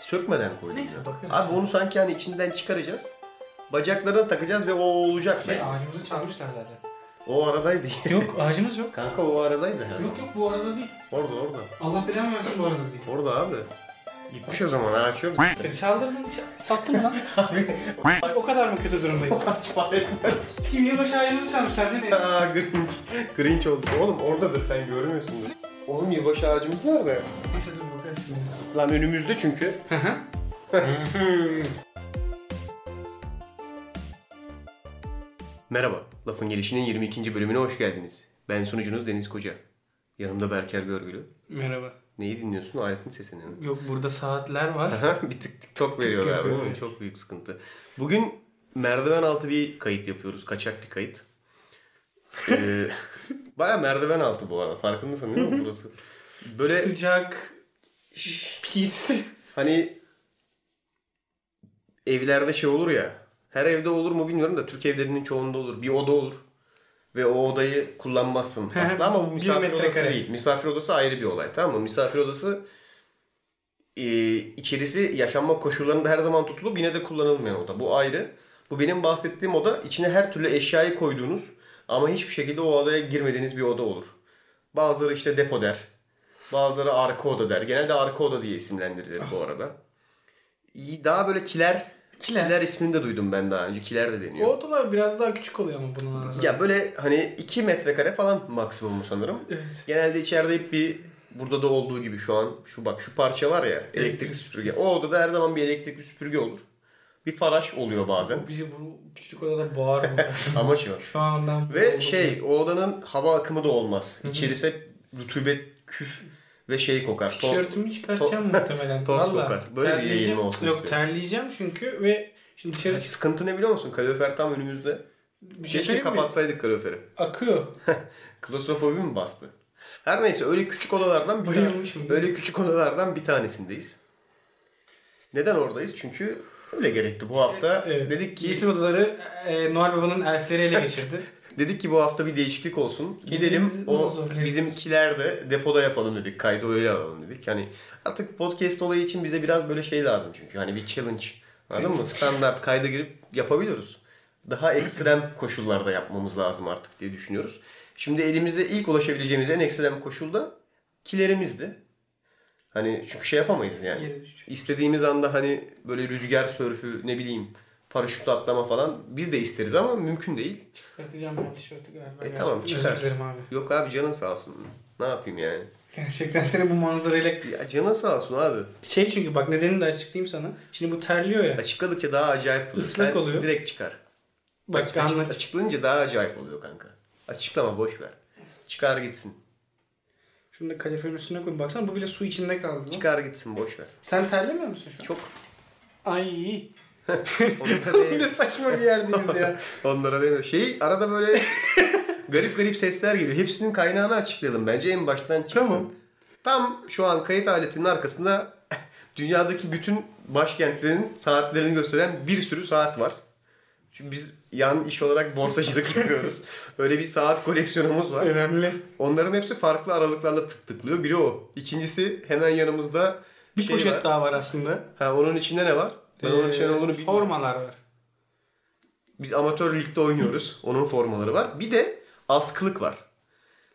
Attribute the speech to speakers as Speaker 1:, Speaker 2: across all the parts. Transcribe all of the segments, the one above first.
Speaker 1: Sökmeden koydum.
Speaker 2: Neyse,
Speaker 1: ya.
Speaker 2: bakarız
Speaker 1: Abi
Speaker 2: sonra.
Speaker 1: onu sanki hani içinden çıkaracağız. Bacaklarına takacağız ve o olacak.
Speaker 2: Şey
Speaker 1: bence.
Speaker 2: ağacımızı çalmışlar zaten.
Speaker 1: O aradaydı.
Speaker 2: yok ağacımız yok.
Speaker 1: Kanka o aradaydı herhalde.
Speaker 2: Yok yok bu arada değil.
Speaker 1: Orada orada.
Speaker 2: Allah belanı versin bu arada değil.
Speaker 1: Orada abi. Gitmiş o zaman ağaç yok.
Speaker 2: E, Çaldırdın, ç- sattın mı lan? o kadar mı kötü durumdayız?
Speaker 1: Ağaç var etmez.
Speaker 2: Kim yılbaşı ağacımızı çalmışlar değil mi?
Speaker 1: Aa Grinch. Grinch oldu. Oğlum oradadır sen görmüyorsundur. Oğlum yılbaşı ağacımız nerede?
Speaker 2: Neyse dur bakarız şimdi.
Speaker 1: Lan önümüzde çünkü.
Speaker 2: Hı hı.
Speaker 1: Merhaba. Lafın Gelişi'nin 22. bölümüne hoş geldiniz. Ben sunucunuz Deniz Koca. Yanımda Berker Görgülü.
Speaker 2: Merhaba.
Speaker 1: Neyi dinliyorsun? Aletin sesini mi?
Speaker 2: Yok burada saatler var.
Speaker 1: Aha, bir tık TikTok veriyorlar değil mi?
Speaker 2: yapıyor.
Speaker 1: Çok büyük sıkıntı. Bugün merdiven altı bir kayıt yapıyoruz. Kaçak bir kayıt. Ee, Baya merdiven altı bu arada. Farkındasın değil mi burası? Böyle
Speaker 2: Sıcak, pis.
Speaker 1: hani evlerde şey olur ya. Her evde olur mu bilmiyorum da Türk evlerinin çoğunda olur. Bir oda olur. Ve o odayı kullanmazsın aslında ama bu
Speaker 2: Bir
Speaker 1: misafir odası
Speaker 2: metrekare.
Speaker 1: değil. Misafir odası ayrı bir olay tamam mı? Misafir odası e, içerisi yaşanma koşullarında her zaman tutulup yine de kullanılmayan oda. Bu ayrı. Bu benim bahsettiğim oda içine her türlü eşyayı koyduğunuz ama hiçbir şekilde o odaya girmediğiniz bir oda olur. Bazıları işte depo der. Bazıları arka oda der. Genelde arka oda diye isimlendirilir bu arada. İyi, Daha böyle kiler, kiler.
Speaker 2: Kiler.
Speaker 1: ismini de duydum ben daha önce. Kiler de deniyor.
Speaker 2: Ortalar biraz daha küçük oluyor ama bunun arası.
Speaker 1: Ya böyle hani 2 metrekare falan maksimumu sanırım.
Speaker 2: Evet.
Speaker 1: Genelde içeride hep bir burada da olduğu gibi şu an şu bak şu parça var ya elektrikli süpürge. O odada her zaman bir elektrikli süpürge olur. Bir faraş oluyor bazen.
Speaker 2: Bizi bu küçük odada bağırma.
Speaker 1: Ama şu.
Speaker 2: Şu andan
Speaker 1: Ve şey o odanın hava akımı da olmaz. İçerisi hep rutubet, küf ve şey kokar. Ton-
Speaker 2: Tişörtümü çıkartacağım muhtemelen.
Speaker 1: Toz
Speaker 2: Valla.
Speaker 1: kokar. Böyle bir yayın
Speaker 2: Terleyeceğim.
Speaker 1: olsun
Speaker 2: Yok
Speaker 1: istiyorum.
Speaker 2: terleyeceğim çünkü ve şimdi dışarı çık-
Speaker 1: Sıkıntı ne biliyor musun? Kalorifer tam önümüzde.
Speaker 2: bir şey
Speaker 1: Keşke
Speaker 2: söyleyeyim mi?
Speaker 1: kapatsaydık kaloriferi.
Speaker 2: Akıyor.
Speaker 1: Klostrofobi mi bastı? Her neyse öyle küçük odalardan bir
Speaker 2: Bayılmışım.
Speaker 1: öyle küçük odalardan bir tanesindeyiz. Neden oradayız? Çünkü öyle gerekti bu hafta.
Speaker 2: Evet.
Speaker 1: Dedik ki
Speaker 2: Bütün odaları e, Noel Baba'nın elfleri ele geçirdi.
Speaker 1: dedik ki bu hafta bir değişiklik olsun. Gidelim
Speaker 2: Kendimizi nasıl
Speaker 1: o
Speaker 2: zorlayabiliriz?
Speaker 1: bizimkiler de depoda yapalım dedik. Kaydı öyle alalım dedik. Yani artık podcast olayı için bize biraz böyle şey lazım çünkü. Hani bir challenge. Anladın mı? Standart kayda girip yapabiliyoruz. Daha ekstrem koşullarda yapmamız lazım artık diye düşünüyoruz. Şimdi elimizde ilk ulaşabileceğimiz en ekstrem koşulda kilerimizdi. Hani çünkü şey yapamayız yani.
Speaker 2: Yere düşecek.
Speaker 1: İstediğimiz anda hani böyle rüzgar sörfü ne bileyim paraşüt atlama falan biz de isteriz ama mümkün değil.
Speaker 2: Çıkartacağım ben tişörtü galiba.
Speaker 1: E, tamam,
Speaker 2: Gerçekten
Speaker 1: çıkar.
Speaker 2: Özür dilerim abi.
Speaker 1: Yok abi canın sağ olsun. Ne yapayım yani?
Speaker 2: Gerçekten seni bu manzarayla...
Speaker 1: Ya canın sağ olsun abi.
Speaker 2: Şey çünkü bak nedenini de açıklayayım sana. Şimdi bu terliyor ya.
Speaker 1: Açıkladıkça daha acayip oluyor.
Speaker 2: Islak
Speaker 1: Sen
Speaker 2: oluyor.
Speaker 1: Direkt çıkar.
Speaker 2: Bak
Speaker 1: Açık-
Speaker 2: anlat.
Speaker 1: açıklayınca daha acayip oluyor kanka. Açıklama boş ver. Çıkar gitsin.
Speaker 2: Şunu da kaloriferin üstüne koyun. Baksana bu bile su içinde kaldı.
Speaker 1: Çıkar gitsin boş ver.
Speaker 2: Sen terlemiyor musun şu an?
Speaker 1: Çok
Speaker 2: Ay.
Speaker 1: onlara
Speaker 2: ne
Speaker 1: değmiyor.
Speaker 2: saçma bir yerdeyiz ya.
Speaker 1: onlara değmiyor. Şey arada böyle garip garip sesler geliyor. Hepsinin kaynağını açıklayalım bence en baştan çıksın.
Speaker 2: Tamam.
Speaker 1: Tam şu an kayıt aletinin arkasında dünyadaki bütün başkentlerin saatlerini gösteren bir sürü saat var. Çünkü biz yan iş olarak borsacılık yapıyoruz. Öyle bir saat koleksiyonumuz var.
Speaker 2: Önemli.
Speaker 1: Onların hepsi farklı aralıklarla tık tıklıyor. Biri o. İkincisi hemen yanımızda
Speaker 2: Bir
Speaker 1: şey
Speaker 2: poşet
Speaker 1: var.
Speaker 2: daha var aslında.
Speaker 1: Ha, onun içinde ne var? Ben onun
Speaker 2: Ee,
Speaker 1: içinde ne olduğunu bilmiyorum.
Speaker 2: Formalar var.
Speaker 1: Biz amatör ligde oynuyoruz. Onun formaları var. Bir de askılık var.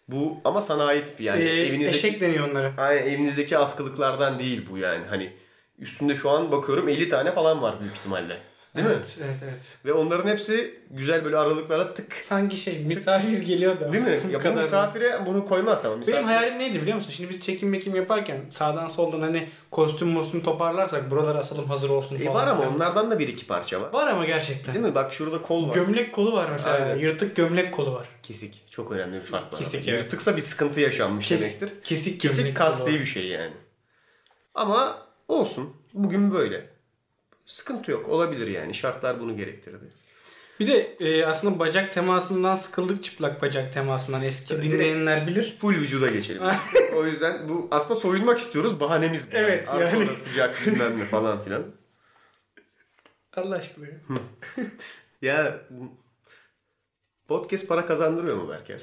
Speaker 1: Bu ama sanayi tipi yani.
Speaker 2: Ee,
Speaker 1: evinizdeki,
Speaker 2: Eşek deniyor onlara.
Speaker 1: Aynen, evinizdeki askılıklardan değil bu yani. Hani üstünde şu an bakıyorum 50 tane falan var büyük ihtimalle. Değil mi?
Speaker 2: Evet, evet, evet.
Speaker 1: Ve onların hepsi güzel böyle aralıklarla tık.
Speaker 2: Sanki şey misafir geliyor da.
Speaker 1: Değil mi?
Speaker 2: Bu
Speaker 1: Ya bu
Speaker 2: kadar.
Speaker 1: misafire bunu koymaz ama misafir.
Speaker 2: Benim hayalim neydi biliyor musun? Şimdi biz çekim mekim yaparken sağdan soldan hani kostüm mostüm toparlarsak buralara asalım hazır olsun
Speaker 1: E,
Speaker 2: falan.
Speaker 1: var ama
Speaker 2: filan.
Speaker 1: onlardan da bir iki parça var.
Speaker 2: Var ama gerçekten.
Speaker 1: Değil mi? Bak şurada kol var.
Speaker 2: Gömlek kolu var mesela.
Speaker 1: Aynen.
Speaker 2: Yırtık gömlek kolu var.
Speaker 1: Kesik. Çok önemli bir fark var.
Speaker 2: Kesik,
Speaker 1: arada.
Speaker 2: evet.
Speaker 1: Yırtıksa bir sıkıntı yaşanmış
Speaker 2: Kesik,
Speaker 1: demektir.
Speaker 2: kesik gömlek
Speaker 1: Kesik
Speaker 2: kolu
Speaker 1: kasti
Speaker 2: var.
Speaker 1: bir şey yani. Ama olsun. Bugün böyle. Sıkıntı yok. Olabilir yani. Şartlar bunu gerektirdi.
Speaker 2: Bir de e, aslında bacak temasından sıkıldık çıplak bacak temasından. Eski
Speaker 1: Direkt-
Speaker 2: dinleyenler bilir.
Speaker 1: Full vücuda geçelim. o yüzden bu aslında soyunmak istiyoruz. Bahanemiz bu.
Speaker 2: Evet,
Speaker 1: Arpa
Speaker 2: yani.
Speaker 1: da sıcak bilmem ne falan filan.
Speaker 2: Allah aşkına ya.
Speaker 1: Ya Podcast para kazandırıyor mu Berker?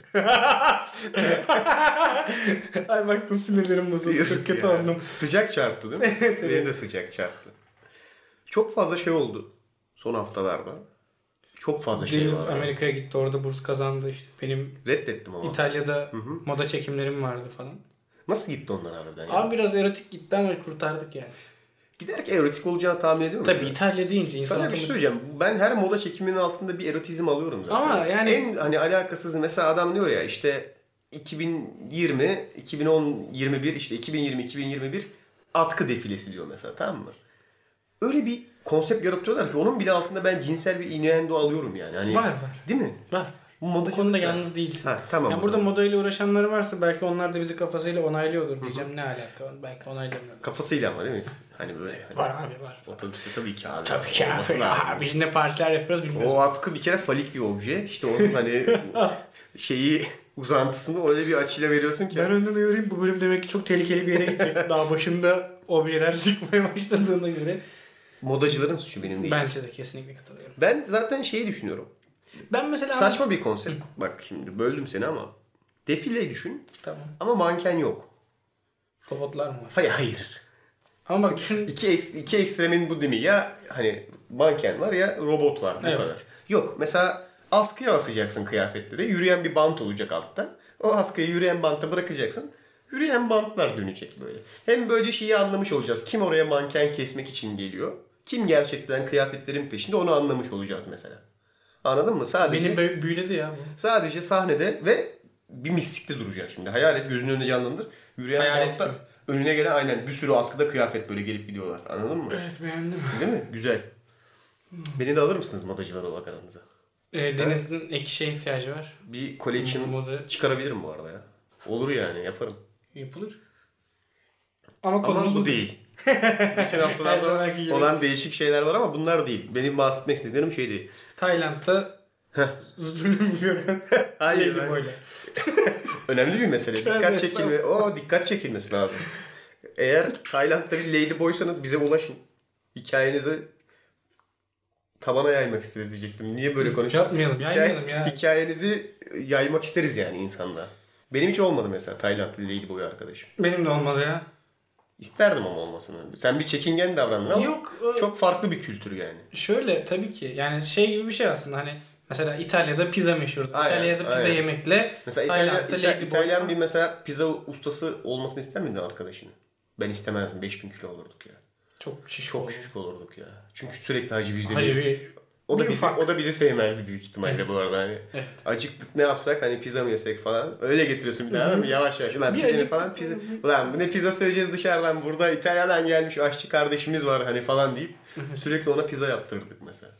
Speaker 2: Ay baktın sinirlerim bozuldu. Çok kötü
Speaker 1: Yani.
Speaker 2: oldum.
Speaker 1: Sıcak çarptı değil mi? Benim de sıcak çarptı. Çok fazla şey oldu son haftalarda. Çok fazla şey
Speaker 2: Deniz
Speaker 1: var.
Speaker 2: Amerika'ya gitti orada burs kazandı işte. Benim
Speaker 1: Reddettim ama.
Speaker 2: İtalya'da moda çekimlerim vardı falan.
Speaker 1: Nasıl gitti onlar harbiden? Ya?
Speaker 2: Abi biraz erotik gitti ama kurtardık yani.
Speaker 1: Giderek erotik olacağını tahmin ediyor musun?
Speaker 2: Tabii İtalya deyince insan
Speaker 1: Sana bir şey
Speaker 2: otomatik-
Speaker 1: söyleyeceğim. Ben her moda çekiminin altında bir erotizm alıyorum zaten.
Speaker 2: Ama yani-
Speaker 1: En hani alakasız mesela adam diyor ya işte 2020, 2010, 21 işte 2020, 2021 atkı defilesi diyor mesela tamam mı? Öyle bir konsept yaratıyorlar ki onun bile altında ben cinsel bir innuendo alıyorum yani. Hani,
Speaker 2: Var, var.
Speaker 1: Değil mi?
Speaker 2: Var.
Speaker 1: Bu moda
Speaker 2: Bu konuda
Speaker 1: çekimler-
Speaker 2: yalnız değilsin.
Speaker 1: Ha, tamam o
Speaker 2: Ya burada
Speaker 1: zaman.
Speaker 2: modayla uğraşanları varsa belki onlar da bizi kafasıyla onaylıyordur diyeceğim. Ne alaka? Belki onaylamıyor.
Speaker 1: Kafasıyla ama değil mi? Hani böyle. Hani,
Speaker 2: Var abi var.
Speaker 1: Otobüste tabii ki abi.
Speaker 2: Tabii ki
Speaker 1: Olması
Speaker 2: abi.
Speaker 1: lazım.
Speaker 2: Abi Biz ne partiler yapıyoruz bilmiyoruz.
Speaker 1: O atkı bir kere falik bir obje. İşte onun hani şeyi uzantısını öyle bir açıyla veriyorsun ki.
Speaker 2: Ben önden uyarayım bu bölüm demek ki çok tehlikeli bir yere gidecek. Daha başında objeler çıkmaya başladığına göre.
Speaker 1: Modacıların suçu benim değil. Ben,
Speaker 2: Bence de kesinlikle katılıyorum.
Speaker 1: zaten şeyi düşünüyorum.
Speaker 2: Ben mesela...
Speaker 1: Saçma bir konsept. Bak şimdi böldüm seni ama. Defile düşün
Speaker 2: Tamam.
Speaker 1: ama manken yok.
Speaker 2: Robotlar mı var?
Speaker 1: Hayır hayır.
Speaker 2: Ama bak düşün
Speaker 1: İki, eks- iki ekstremin bu değil mi? Ya hani manken var ya robot var. Bu
Speaker 2: Evet.
Speaker 1: kadar. Yok mesela askıya asacaksın kıyafetleri. Yürüyen bir bant olacak alttan. O askıyı yürüyen banta bırakacaksın. Yürüyen bantlar dönecek böyle. Hem böylece şeyi anlamış olacağız. Kim oraya manken kesmek için geliyor? Kim gerçekten kıyafetlerin peşinde onu anlamış olacağız mesela. Anladın mı? Sadece
Speaker 2: beni bö- büyüledi ya bu.
Speaker 1: sadece sahnede ve bir mistikte duracak şimdi. Hayal et gözünün önünde canlandır. Yürüyen
Speaker 2: Hayal
Speaker 1: bantlar
Speaker 2: ettim.
Speaker 1: önüne gelen aynen bir sürü askıda kıyafet böyle gelip gidiyorlar. Anladın mı?
Speaker 2: Evet beğendim.
Speaker 1: Değil mi? Güzel. Beni de alır mısınız modacılar olarak aranıza?
Speaker 2: E, Deniz'in ek işe ihtiyacı var.
Speaker 1: Bir collection
Speaker 2: Moda
Speaker 1: çıkarabilirim bu arada ya. Olur yani yaparım.
Speaker 2: yapılır. Ama
Speaker 1: Ama
Speaker 2: konumuz
Speaker 1: bu
Speaker 2: bu değil.
Speaker 1: değil. Geçen haftalarda
Speaker 2: zamanki gibi.
Speaker 1: olan değişik şeyler var ama bunlar değil. Benim bahsetmek istediğim şey değil.
Speaker 2: Tayland'da zulüm gören
Speaker 1: Hayır.
Speaker 2: Lady
Speaker 1: ben-
Speaker 2: Boy'la.
Speaker 1: Önemli bir mesele.
Speaker 2: Evet,
Speaker 1: Dikkat çekilme. O dikkat çekilmesi lazım. Eğer Tayland'da bir lady boysanız bize ulaşın. Hikayenizi tabana yaymak isteriz diyecektim. Niye böyle konuştum?
Speaker 2: Yapmayalım, yaymayalım ya.
Speaker 1: Hikayenizi yaymak isteriz yani insanlığa. Benim hiç olmadı mesela Taylandlı lady boy arkadaşım.
Speaker 2: Benim de olmadı ya.
Speaker 1: İsterdim ama olmasını. Sen bir çekingen davrandın ama
Speaker 2: Yok. e,
Speaker 1: çok farklı bir kültür yani.
Speaker 2: Şöyle tabii ki yani şey gibi bir şey aslında hani mesela İtalya'da pizza meşhur.
Speaker 1: Aynen,
Speaker 2: İtalya'da pizza
Speaker 1: aynen.
Speaker 2: yemekle
Speaker 1: Mesela İtalya,
Speaker 2: Tayland'da
Speaker 1: İta-
Speaker 2: Ladyboy.
Speaker 1: İtalyan bir mesela pizza ustası olmasını ister miydin arkadaşının? Ben istemezdim. 5000 kilo olurduk ya.
Speaker 2: çok şiş
Speaker 1: Çok
Speaker 2: çok
Speaker 1: şişik olurduk ya. Çünkü sürekli Hacı bize
Speaker 2: Hacı bir
Speaker 1: o da
Speaker 2: bir
Speaker 1: bizi
Speaker 2: ufak.
Speaker 1: o da bizi sevmezdi büyük ihtimalle bu arada hani.
Speaker 2: Evet.
Speaker 1: Acıktık ne yapsak hani pizza mı yesek falan. Öyle getiriyorsun bir daha değil mi? Yavaş yavaş ulan
Speaker 2: Bir
Speaker 1: pidenin
Speaker 2: acıktık.
Speaker 1: falan pizza. Ulan bu ne pizza söyleyeceğiz dışarıdan burada İtalya'dan gelmiş aşçı kardeşimiz var hani falan deyip sürekli ona pizza yaptırdık mesela.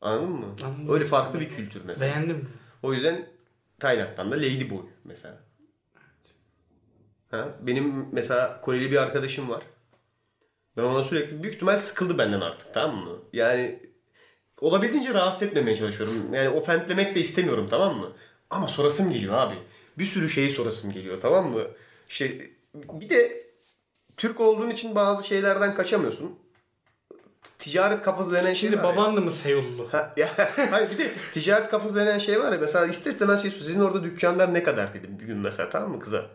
Speaker 1: Anladın mı?
Speaker 2: Anladım.
Speaker 1: Öyle farklı bir kültür mesela.
Speaker 2: beğendim.
Speaker 1: O yüzden Tayland'dan da Lady Boy mesela. Ha, benim mesela Koreli bir arkadaşım var. Ben ona sürekli büyük ihtimal sıkıldı benden artık tamam mı? Yani olabildiğince rahatsız etmemeye çalışıyorum. Yani ofentlemek de istemiyorum tamam mı? Ama sorasım geliyor abi. Bir sürü şeyi sorasım geliyor tamam mı? İşte bir de Türk olduğun için bazı şeylerden kaçamıyorsun. Ticaret kafası denen şey
Speaker 2: Şimdi
Speaker 1: var ya.
Speaker 2: baban da mı Seyullu?
Speaker 1: Ha, ya, hayır bir de ticaret kafası denen şey var ya mesela ister istemez şey sizin orada dükkanlar ne kadar dedim bir gün mesela tamam mı kıza.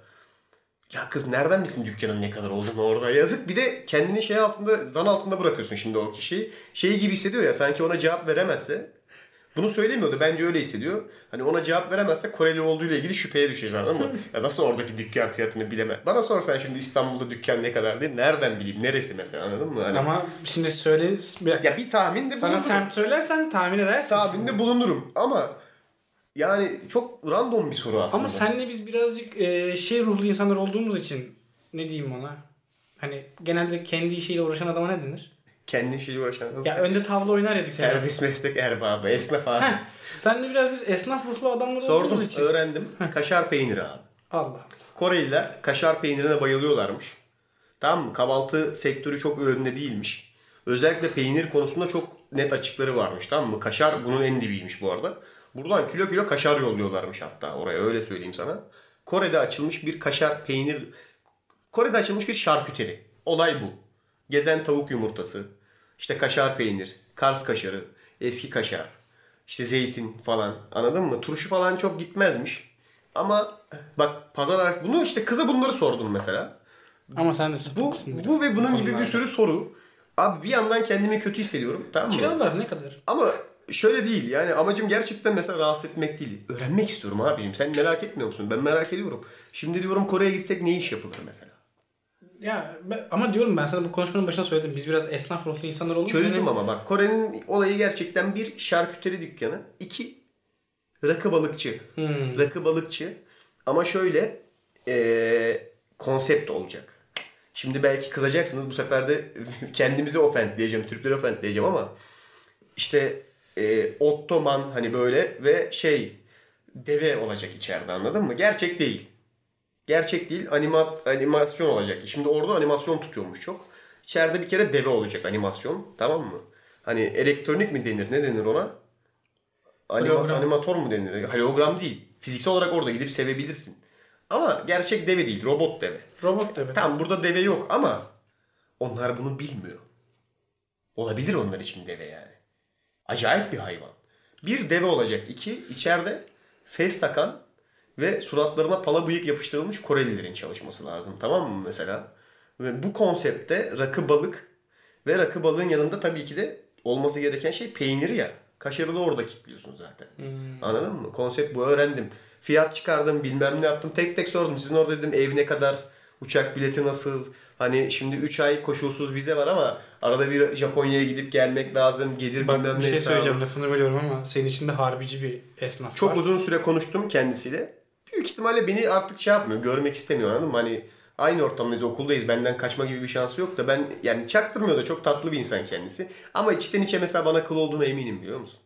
Speaker 1: Ya kız nereden bilsin dükkanın ne kadar olduğunu orada yazık. Bir de kendini şey altında zan altında bırakıyorsun şimdi o kişiyi. Şey gibi hissediyor ya sanki ona cevap veremezse. Bunu söylemiyordu bence öyle hissediyor. Hani ona cevap veremezse Koreli olduğuyla ilgili şüpheye düşeceğiz anladın mı? Ya nasıl oradaki dükkan fiyatını bileme. Bana sorsan şimdi İstanbul'da dükkan ne kadar diye nereden bileyim neresi mesela anladın mı? Hani,
Speaker 2: Ama şimdi söyle bir dakika.
Speaker 1: ya bir tahmin de
Speaker 2: Sana
Speaker 1: bulunurum
Speaker 2: sen söylersen tahmin edersin.
Speaker 1: tabinde bulunurum ama yani çok random bir soru aslında.
Speaker 2: Ama senle biz birazcık e, şey ruhlu insanlar olduğumuz için ne diyeyim ona? Hani genelde kendi işiyle uğraşan adama ne denir?
Speaker 1: kendi işiyle uğraşan
Speaker 2: Ya önde tavla oynar ya bir sene.
Speaker 1: servis meslek erbabı, esnaf abi.
Speaker 2: Senle biraz biz esnaf ruhlu adamlar olduğumuz
Speaker 1: Sordum,
Speaker 2: için.
Speaker 1: öğrendim. Kaşar peyniri abi.
Speaker 2: Allah.
Speaker 1: Koreliler kaşar peynirine bayılıyorlarmış. Tamam mı? Kahvaltı sektörü çok önde değilmiş. Özellikle peynir konusunda çok net açıkları varmış tamam mı? Kaşar bunun en dibiymiş bu arada. Buradan kilo kilo kaşar yolluyorlarmış hatta oraya öyle söyleyeyim sana. Kore'de açılmış bir kaşar peynir... Kore'de açılmış bir şarküteri. Olay bu. Gezen tavuk yumurtası, işte kaşar peynir, kars kaşarı, eski kaşar, işte zeytin falan anladın mı? Turşu falan çok gitmezmiş. Ama bak pazar ar- bunu işte kıza bunları sordum mesela.
Speaker 2: Ama sen de
Speaker 1: Bu,
Speaker 2: sapıksın biraz.
Speaker 1: bu ve bunun gibi bir
Speaker 2: konularda.
Speaker 1: sürü soru. Abi bir yandan kendimi kötü hissediyorum tamam mı?
Speaker 2: Kiralar ne kadar?
Speaker 1: Ama şöyle değil yani amacım gerçekten mesela rahatsız etmek değil. Öğrenmek istiyorum abicim. Sen merak etmiyor musun? Ben merak ediyorum. Şimdi diyorum Kore'ye gitsek ne iş yapılır mesela?
Speaker 2: Ya ben- ama diyorum ben sana bu konuşmanın başına söyledim. Biz biraz esnaf ruhlu insanlar olduğumuz için
Speaker 1: Çözdüm
Speaker 2: hani-
Speaker 1: ama bak Kore'nin olayı gerçekten bir şarküteri dükkanı. iki rakı balıkçı.
Speaker 2: Hmm.
Speaker 1: Rakı balıkçı. Ama şöyle eee, konsept olacak. Şimdi belki kızacaksınız bu sefer de kendimizi ofendleyeceğim, Türkleri ofendleyeceğim ama işte eee Ottoman hani böyle ve şey deve olacak içeride anladın mı? Gerçek değil. Gerçek değil anima, animasyon olacak. Şimdi orada animasyon tutuyormuş çok. İçeride bir kere deve olacak animasyon tamam mı? Hani elektronik mi denir ne denir ona? Anima-
Speaker 2: Hologram.
Speaker 1: animatör mü denir? Hologram değil. Fiziksel olarak orada gidip sevebilirsin. Ama gerçek deve değil robot deve.
Speaker 2: Robot da evet.
Speaker 1: Tamam burada deve yok ama onlar bunu bilmiyor. Olabilir onlar için deve yani. Acayip bir hayvan. Bir deve olacak. iki içeride fes takan ve suratlarına pala bıyık yapıştırılmış Korelilerin çalışması lazım. Tamam mı mesela? Ve bu konsepte rakı balık ve rakı balığın yanında tabii ki de olması gereken şey peyniri ya. Kaşarı da orada kilitliyorsun zaten.
Speaker 2: Hmm.
Speaker 1: Anladın mı? Konsept bu öğrendim. Fiyat çıkardım bilmem ne yaptım. Tek tek sordum. Sizin orada dedim ev ne kadar? Uçak bileti nasıl? Hani şimdi 3 ay koşulsuz vize var ama arada bir Japonya'ya gidip gelmek lazım. Gelir
Speaker 2: Bak
Speaker 1: bilmem
Speaker 2: bir
Speaker 1: ne
Speaker 2: şey
Speaker 1: hesabı.
Speaker 2: söyleyeceğim lafını bölüyorum ama senin için de harbici bir esnaf
Speaker 1: Çok
Speaker 2: var.
Speaker 1: uzun süre konuştum kendisiyle. Büyük ihtimalle beni artık şey yapmıyor. Görmek istemiyor anladın mı? Hani aynı ortamdayız, okuldayız. Benden kaçma gibi bir şansı yok da ben yani çaktırmıyor da çok tatlı bir insan kendisi. Ama içten içe mesela bana kıl olduğuna eminim biliyor musun?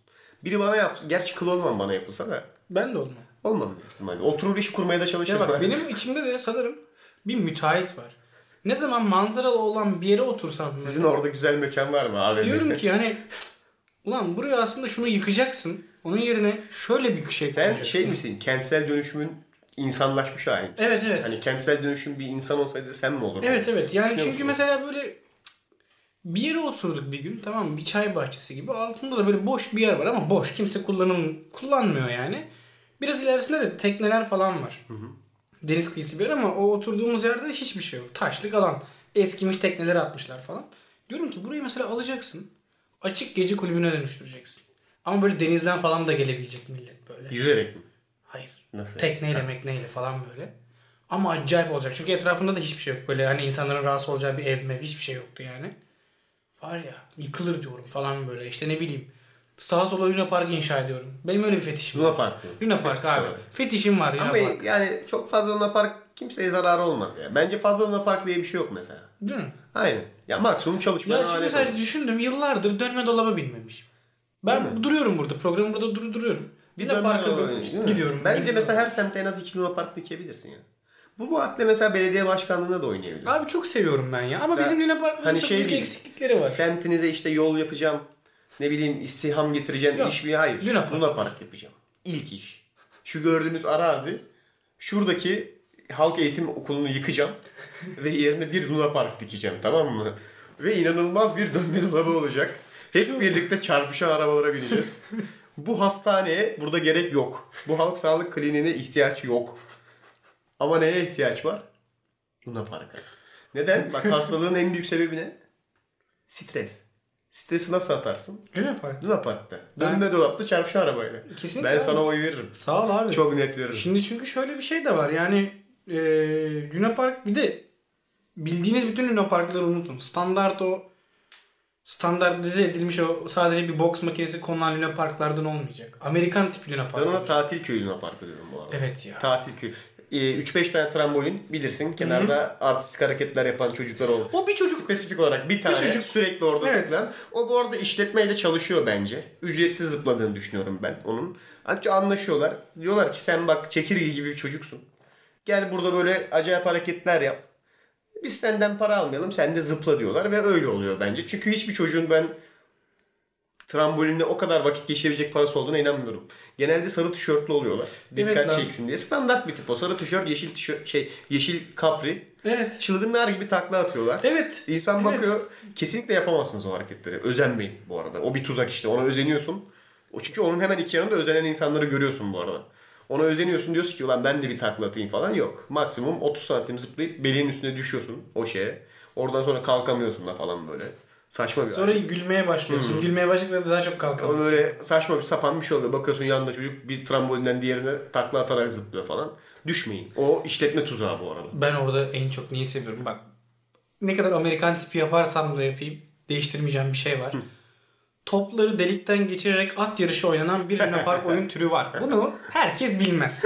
Speaker 1: Biri bana yap, gerçi kıl olmam bana yapılsa da
Speaker 2: Ben de olmam.
Speaker 1: olmam büyük ihtimalle. Oturur iş kurmaya da
Speaker 2: Ya
Speaker 1: çalışırım.
Speaker 2: bak benim içimde de sanırım bir müteahhit var. Ne zaman manzaralı olan bir yere otursam böyle,
Speaker 1: Sizin orada güzel mekan var mı abi?
Speaker 2: diyorum ki hani ulan buraya aslında şunu yıkacaksın. Onun yerine şöyle bir şey
Speaker 1: Sen
Speaker 2: koyacaksın.
Speaker 1: şey misin? Kentsel dönüşümün insanlaşmış hali. misin?
Speaker 2: Evet evet.
Speaker 1: Hani kentsel dönüşüm bir insan olsaydı sen mi olurdun?
Speaker 2: Evet evet. Yani
Speaker 1: Düşünüyor
Speaker 2: çünkü
Speaker 1: musun?
Speaker 2: mesela böyle bir yere oturduk bir gün tamam mı? Bir çay bahçesi gibi. Altında da böyle boş bir yer var ama boş. Kimse kullanım kullanmıyor yani. Biraz ilerisinde de tekneler falan var. Deniz kıyısı bir yer ama o oturduğumuz yerde hiçbir şey yok. Taşlık alan. Eskimiş tekneleri atmışlar falan. Diyorum ki burayı mesela alacaksın. Açık gece kulübüne dönüştüreceksin. Ama böyle denizden falan da gelebilecek millet böyle.
Speaker 1: Yürüyerek mi?
Speaker 2: Hayır.
Speaker 1: Nasıl?
Speaker 2: Tekneyle mekneyle falan böyle. Ama acayip olacak. Çünkü etrafında da hiçbir şey yok. Böyle hani insanların rahatsız olacağı bir ev mev hiçbir şey yoktu yani. Var ya yıkılır diyorum falan böyle. İşte ne bileyim. Sağa sola Luna Park inşa ediyorum. Benim öyle bir fetişim var.
Speaker 1: Luna Park mı?
Speaker 2: Luna Park abi.
Speaker 1: Spesifik olarak.
Speaker 2: Fetişim var Luna
Speaker 1: Ama
Speaker 2: Park.
Speaker 1: yani çok fazla Luna Park kimseye zararı olmaz ya. Bence fazla Luna Park diye bir şey yok mesela.
Speaker 2: Değil mi?
Speaker 1: Aynen. Ya maksimum
Speaker 2: Ya
Speaker 1: çalışmanın
Speaker 2: şimdi
Speaker 1: hali.
Speaker 2: mesela düşündüm yıllardır dönme dolaba binmemişim. Ben duruyorum burada. Programı burada dur duruyorum. Luna Park'a böyle gidiyorum.
Speaker 1: Bence
Speaker 2: Gidiyorum.
Speaker 1: mesela her semtte en az iki Luna Park dikebilirsin ya. Bu vaatle mesela belediye başkanlığına da oynayabilirsin.
Speaker 2: Abi çok seviyorum ben ya. Ama
Speaker 1: Sen-
Speaker 2: bizim Luna Park'ın
Speaker 1: hani
Speaker 2: çok
Speaker 1: şey
Speaker 2: büyük
Speaker 1: değil.
Speaker 2: eksiklikleri var.
Speaker 1: semtinize işte yol yapacağım. Ne bileyim istiham getireceğim
Speaker 2: Yok.
Speaker 1: iş mi? Hayır.
Speaker 2: Luna Park.
Speaker 1: yapacağım. İlk iş. Şu gördüğünüz arazi şuradaki halk eğitim okulunu yıkacağım ve yerine bir Luna Park dikeceğim tamam mı? Ve inanılmaz bir dönme dolabı olacak. Hep birlikte çarpışan arabalara bineceğiz. Bu hastaneye burada gerek yok. Bu halk sağlık kliniğine ihtiyaç yok. Ama neye ihtiyaç var? Luna Park'a. Neden? Bak hastalığın en büyük sebebi ne? Stres. Stresi nasıl atarsın?
Speaker 2: Luna Park.
Speaker 1: Luna Park'ta.
Speaker 2: Ben-
Speaker 1: Dönme dolapta çarpışan arabayla.
Speaker 2: Kesinlikle
Speaker 1: Ben
Speaker 2: abi.
Speaker 1: sana oy veririm.
Speaker 2: Sağ ol abi.
Speaker 1: Çok net veririm.
Speaker 2: Şimdi çünkü şöyle bir şey de var. Yani e, Luna Park bir de bildiğiniz bütün Luna Parkları unutun. Standart o standartize edilmiş o sadece bir boks makinesi konulan Luna Parklardan olmayacak. Amerikan tipi Luna
Speaker 1: ben
Speaker 2: Park.
Speaker 1: ona tatil köyü Luna Park'ı diyorum bu arada.
Speaker 2: Evet ya.
Speaker 1: Tatil köyü. 3-5 tane trambolin bilirsin. Kenarda artistik hareketler yapan çocuklar olur.
Speaker 2: O bir çocuk
Speaker 1: Spesifik olarak bir tane
Speaker 2: çocuk.
Speaker 1: sürekli orada
Speaker 2: Evet.
Speaker 1: zıplayan. O bu arada işletmeyle çalışıyor bence. Ücretsiz zıpladığını düşünüyorum ben onun. Hatta anlaşıyorlar. Diyorlar ki sen bak çekirge gibi bir çocuksun. Gel burada böyle acayip hareketler yap. Biz senden para almayalım sen de zıpla diyorlar ve öyle oluyor bence. Çünkü hiçbir çocuğun ben trambolinle o kadar vakit geçirebilecek parası olduğuna inanmıyorum. Genelde sarı tişörtlü oluyorlar. Dikkat
Speaker 2: Evet lan.
Speaker 1: çeksin diye. Standart bir tip o. Sarı tişört, yeşil tişört, şey, yeşil kapri.
Speaker 2: Evet.
Speaker 1: Çılgınlar gibi takla atıyorlar.
Speaker 2: Evet.
Speaker 1: İnsan
Speaker 2: Evet.
Speaker 1: bakıyor kesinlikle yapamazsınız o hareketleri. Özenmeyin bu arada. O bir tuzak işte. Ona özeniyorsun. O çünkü onun hemen iki yanında özenen insanları görüyorsun bu arada. Ona özeniyorsun diyorsun ki ulan ben de bir takla atayım falan yok. Maksimum 30 santim zıplayıp belinin üstüne düşüyorsun o şeye. Oradan sonra kalkamıyorsun da falan böyle. Saçma bir
Speaker 2: Sonra
Speaker 1: alet.
Speaker 2: gülmeye başlıyorsun. Gülmeye başladıkça daha çok kalkamıyorsun.
Speaker 1: Ama böyle saçma bir sapan bir şey oluyor. Bakıyorsun yanında çocuk bir trambolinden diğerine takla atarak zıplıyor falan. Düşmeyin. O işletme tuzağı bu arada.
Speaker 2: Ben orada en çok neyi seviyorum? Bak ne kadar Amerikan tipi yaparsam da yapayım değiştirmeyeceğim bir şey var. Topları delikten geçirerek at yarışı oynanan bir Luna Park oyun türü var. Bunu herkes bilmez.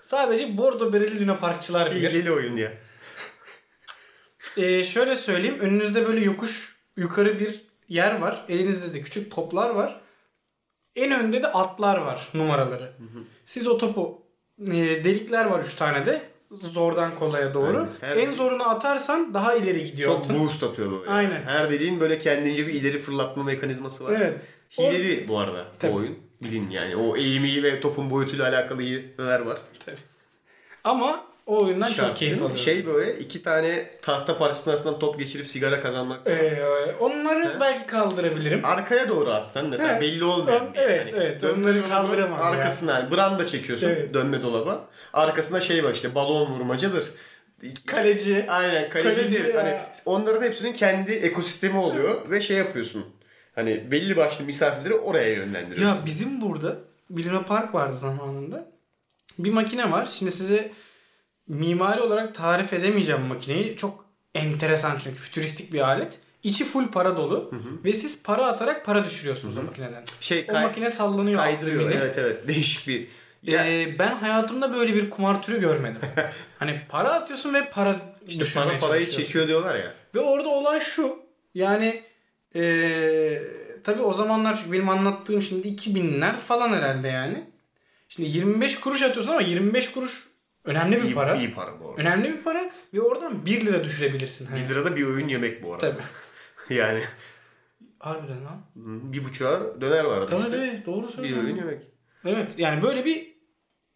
Speaker 2: Sadece Bordo Bereli Luna Parkçılar bilir.
Speaker 1: İlgili oyun ya.
Speaker 2: Ee, şöyle söyleyeyim. Önünüzde böyle yokuş yukarı bir yer var. Elinizde de küçük toplar var. En önde de atlar var numaraları. Siz o topu e, delikler var 3 tane de. Zordan kolaya doğru.
Speaker 1: Aynen. Her-
Speaker 2: En zorunu atarsan daha ileri gidiyor.
Speaker 1: Çok
Speaker 2: atın.
Speaker 1: boost atıyor böyle.
Speaker 2: Aynen.
Speaker 1: Her dediğin böyle kendince bir ileri fırlatma mekanizması var.
Speaker 2: Evet.
Speaker 1: Hileli bu arada
Speaker 2: Tabii.
Speaker 1: bu oyun. Bilin yani o eğimi ve topun boyutuyla alakalı hileler var.
Speaker 2: Ama o oyundan çok
Speaker 1: Şart
Speaker 2: keyif
Speaker 1: değil mi?
Speaker 2: alıyorum.
Speaker 1: Şey böyle iki tane tahta parçasının arasından top geçirip sigara kazanmak.
Speaker 2: Ee, onları belki kaldırabilirim.
Speaker 1: Arkaya doğru atsan mesela
Speaker 2: Evet.
Speaker 1: belli olmuyor.
Speaker 2: Ön- evet, evet.
Speaker 1: dönme
Speaker 2: Onları
Speaker 1: dolabın
Speaker 2: kaldıramam ya.
Speaker 1: Arkasına yani branda çekiyorsun
Speaker 2: Evet.
Speaker 1: dönme dolaba. Arkasında şey var işte balon vurmacadır.
Speaker 2: Kaleci.
Speaker 1: Aynen
Speaker 2: Kaleci
Speaker 1: kalecidir.
Speaker 2: ya.
Speaker 1: Hani onların hepsinin kendi ekosistemi oluyor ve şey yapıyorsun. Hani belli başlı misafirleri oraya yönlendiriyorsun.
Speaker 2: Ya bizim burada bir Luna Park vardı zamanında. Bir makine var. Şimdi size mimari olarak tarif edemeyeceğim makineyi. Çok enteresan çünkü fütüristik bir alet. İçi full para dolu ve siz para atarak para düşürüyorsunuz o makineden.
Speaker 1: Şey
Speaker 2: o
Speaker 1: kay-
Speaker 2: makine sallanıyor. alt
Speaker 1: kaydırıyor.
Speaker 2: zemine.
Speaker 1: Evet evet değişik bir. Ya,
Speaker 2: Ee, ben hayatımda böyle bir kumar türü görmedim. hani para atıyorsun ve para
Speaker 1: işte
Speaker 2: düşürmeye
Speaker 1: para parayı
Speaker 2: çalışıyorsun.
Speaker 1: çekiyor diyorlar ya.
Speaker 2: Ve orada olan şu. Yani eee tabii o zamanlar çünkü benim anlattığım şimdi 2000'ler falan herhalde yani. Şimdi 25 kuruş atıyorsun ama 25 kuruş önemli bir
Speaker 1: İyi
Speaker 2: para.
Speaker 1: iyi para bu arada.
Speaker 2: Önemli bir para ve oradan 1 lira düşürebilirsin. Hani.
Speaker 1: 1 lirada bir öğün yemek bu arada.
Speaker 2: Tabii.
Speaker 1: yani
Speaker 2: Harbiden ha.
Speaker 1: bir buçuğa döner var arada
Speaker 2: Tabii
Speaker 1: işte.
Speaker 2: evet,
Speaker 1: Bir
Speaker 2: doğru
Speaker 1: öğün
Speaker 2: söylüyorsun.
Speaker 1: yemek.
Speaker 2: Evet yani böyle bir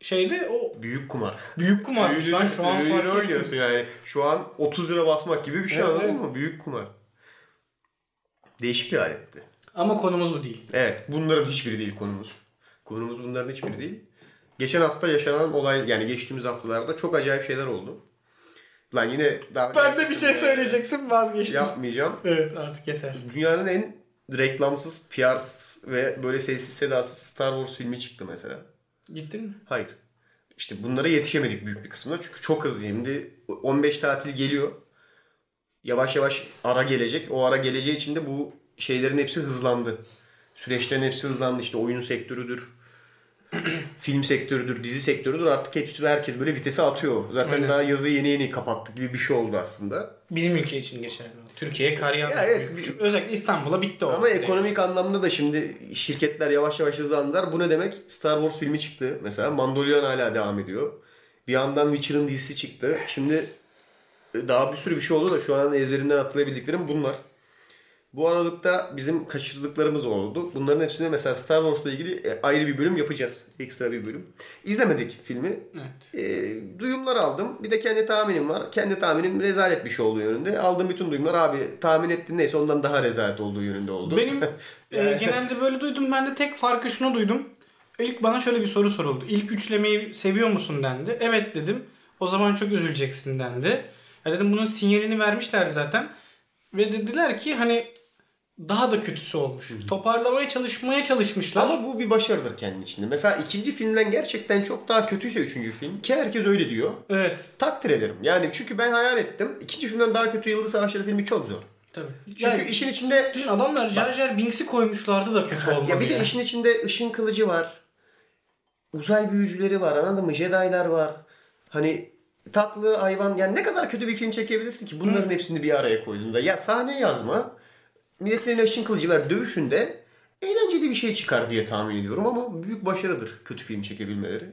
Speaker 2: şeyde o
Speaker 1: Büyük kumar.
Speaker 2: büyük kumarmış lan şu an
Speaker 1: Öğünü
Speaker 2: fark ettim.
Speaker 1: oynuyorsun yani. Şu an 30 lira basmak gibi bir şey
Speaker 2: Evet,
Speaker 1: anladın
Speaker 2: evet.
Speaker 1: mı? Büyük kumar. Değişik bir aletti.
Speaker 2: Ama konumuz bu değil.
Speaker 1: Evet bunların hiçbiri değil konumuz. Konumuz bunların hiçbiri değil. Geçen hafta yaşanan olay yani geçtiğimiz haftalarda çok acayip şeyler oldu. Lan yine daha
Speaker 2: Ben de bir şey söyleyecektim vazgeçtim.
Speaker 1: Yapmayacağım.
Speaker 2: Evet artık yeter.
Speaker 1: Dünyanın en reklamsız, PR'sız ve böyle sessiz sedasız Star Wars filmi çıktı mesela.
Speaker 2: Gittin mi?
Speaker 1: Hayır. İşte bunlara yetişemedik büyük bir kısmında. Çünkü çok hızlı. Şimdi 15 tatil geliyor. Yavaş yavaş ara gelecek. O ara geleceği için de bu şeylerin hepsi hızlandı. Süreçlerin hepsi hızlandı. İşte oyun sektörüdür. film sektörüdür, dizi sektörüdür. Artık hepsi herkes böyle vitese atıyor. Zaten
Speaker 2: Aynen.
Speaker 1: daha yazı yeni yeni kapattık gibi bir şey oldu aslında.
Speaker 2: Bizim ülke için geçerli. Türkiye'ye kar yağdı.
Speaker 1: Ya evet,
Speaker 2: Büyük-
Speaker 1: bir-
Speaker 2: Çünkü özellikle İstanbul'a bitti o.
Speaker 1: Ama ekonomik anlamda da şimdi şirketler yavaş yavaş hızlandılar. Bu ne demek? Star Wars filmi çıktı. Mesela Mandalorian hala devam ediyor. Bir yandan Witcher'ın dizisi çıktı. Şimdi daha bir sürü bir şey oldu da şu an ezberimden atlayabildiklerim bunlar. Bu aralıkta bizim kaçırdıklarımız oldu. Bunların hepsini mesela Star Wars'la ilgili e, ayrı bir bölüm yapacağız. Ekstra bir bölüm. İzlemedik filmi.
Speaker 2: Evet.
Speaker 1: E, duyumlar aldım. Bir de kendi tahminim var. Kendi tahminim rezalet bir şey olduğu yönünde. Aldığım bütün duyumlar abi tahmin ettiğin neyse ondan daha rezalet olduğu yönünde oldu.
Speaker 2: Benim e, genelde böyle duydum. Ben de tek farkı şunu duydum. İlk bana şöyle bir soru soruldu. İlk üçlemeyi seviyor musun dendi. Evet dedim. O zaman çok üzüleceksin dendi. Ya dedim bunun sinyalini vermişlerdi zaten. Ve dediler ki hani daha da kötüsü olmuş. Toparlamaya çalışmaya çalışmışlar.
Speaker 1: Ama bu bir başarıdır kendi içinde. Mesela ikinci filmden gerçekten çok daha kötüyse üçüncü film ki herkes öyle diyor.
Speaker 2: Evet.
Speaker 1: Takdir ederim. Yani çünkü ben hayal ettim. İkinci filmden daha kötü Yıldız Savaşları filmi çok zor.
Speaker 2: Tabii.
Speaker 1: Çünkü işin içinde
Speaker 2: düşün adamlar Jar Jar Binks'i koymuşlardı da kötü olmadı.
Speaker 1: ya bir de
Speaker 2: yani.
Speaker 1: işin içinde ışın kılıcı var. Uzay büyücüleri var. Anladın mı? Jedi'lar var. Hani tatlı hayvan. Yani ne kadar kötü bir film çekebilirsin ki bunların hepsini bir araya koyduğunda. Ya sahne yazma. Milletlerin ışın kılıcı var dövüşünde eğlenceli bir şey çıkar diye tahmin ediyorum ama büyük başarıdır kötü film çekebilmeleri.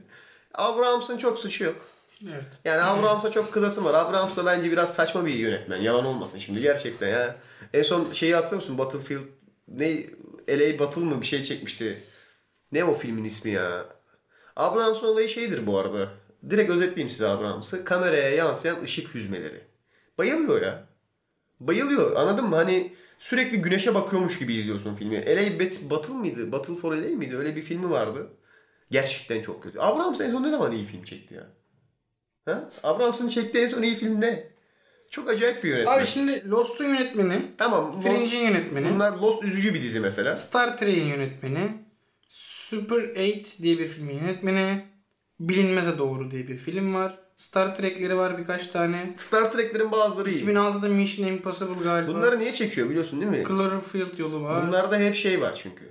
Speaker 1: Abrahams'ın çok suçu yok.
Speaker 2: Evet.
Speaker 1: Yani Abrahams'a çok kızasım var. Abrahams da bence biraz saçma bir yönetmen. Yalan olmasın şimdi gerçekten ya. En son şeyi hatırlıyor musun? Battlefield ne LA Battle mı bir şey çekmişti. Ne o filmin ismi ya? Abrahams'ın olayı şeydir bu arada. Direkt özetleyeyim size Abrahams'ı. Kameraya yansıyan ışık hüzmeleri. Bayılıyor ya. bayılıyor. Anladın mı? Hani sürekli güneşe bakıyormuş gibi izliyorsun filmi. LA Bat- Battle mıydı? Battle for LA miydi? Öyle bir filmi vardı. Gerçekten çok kötü. Abrams en son ne zaman iyi film çekti ya? Ha? Abrams'ın çektiği en son iyi film ne? Çok acayip bir yönetmen.
Speaker 2: Abi şimdi Lost'un yönetmeni,
Speaker 1: tamam. Lost-
Speaker 2: Fringe'in yönetmeni,
Speaker 1: bunlar Lost üzücü bir dizi mesela.
Speaker 2: Star Trek'in yönetmeni, Super 8 diye bir filmin yönetmeni, Bilinmeze Doğru diye bir film var. Star Trek'leri var birkaç tane.
Speaker 1: Star Trek'lerin bazıları iyi.
Speaker 2: 2006'da Mission Impossible galiba.
Speaker 1: Bunları niye çekiyor biliyorsun değil mi?
Speaker 2: Cloverfield yolu var.
Speaker 1: Bunlarda hep şey var çünkü.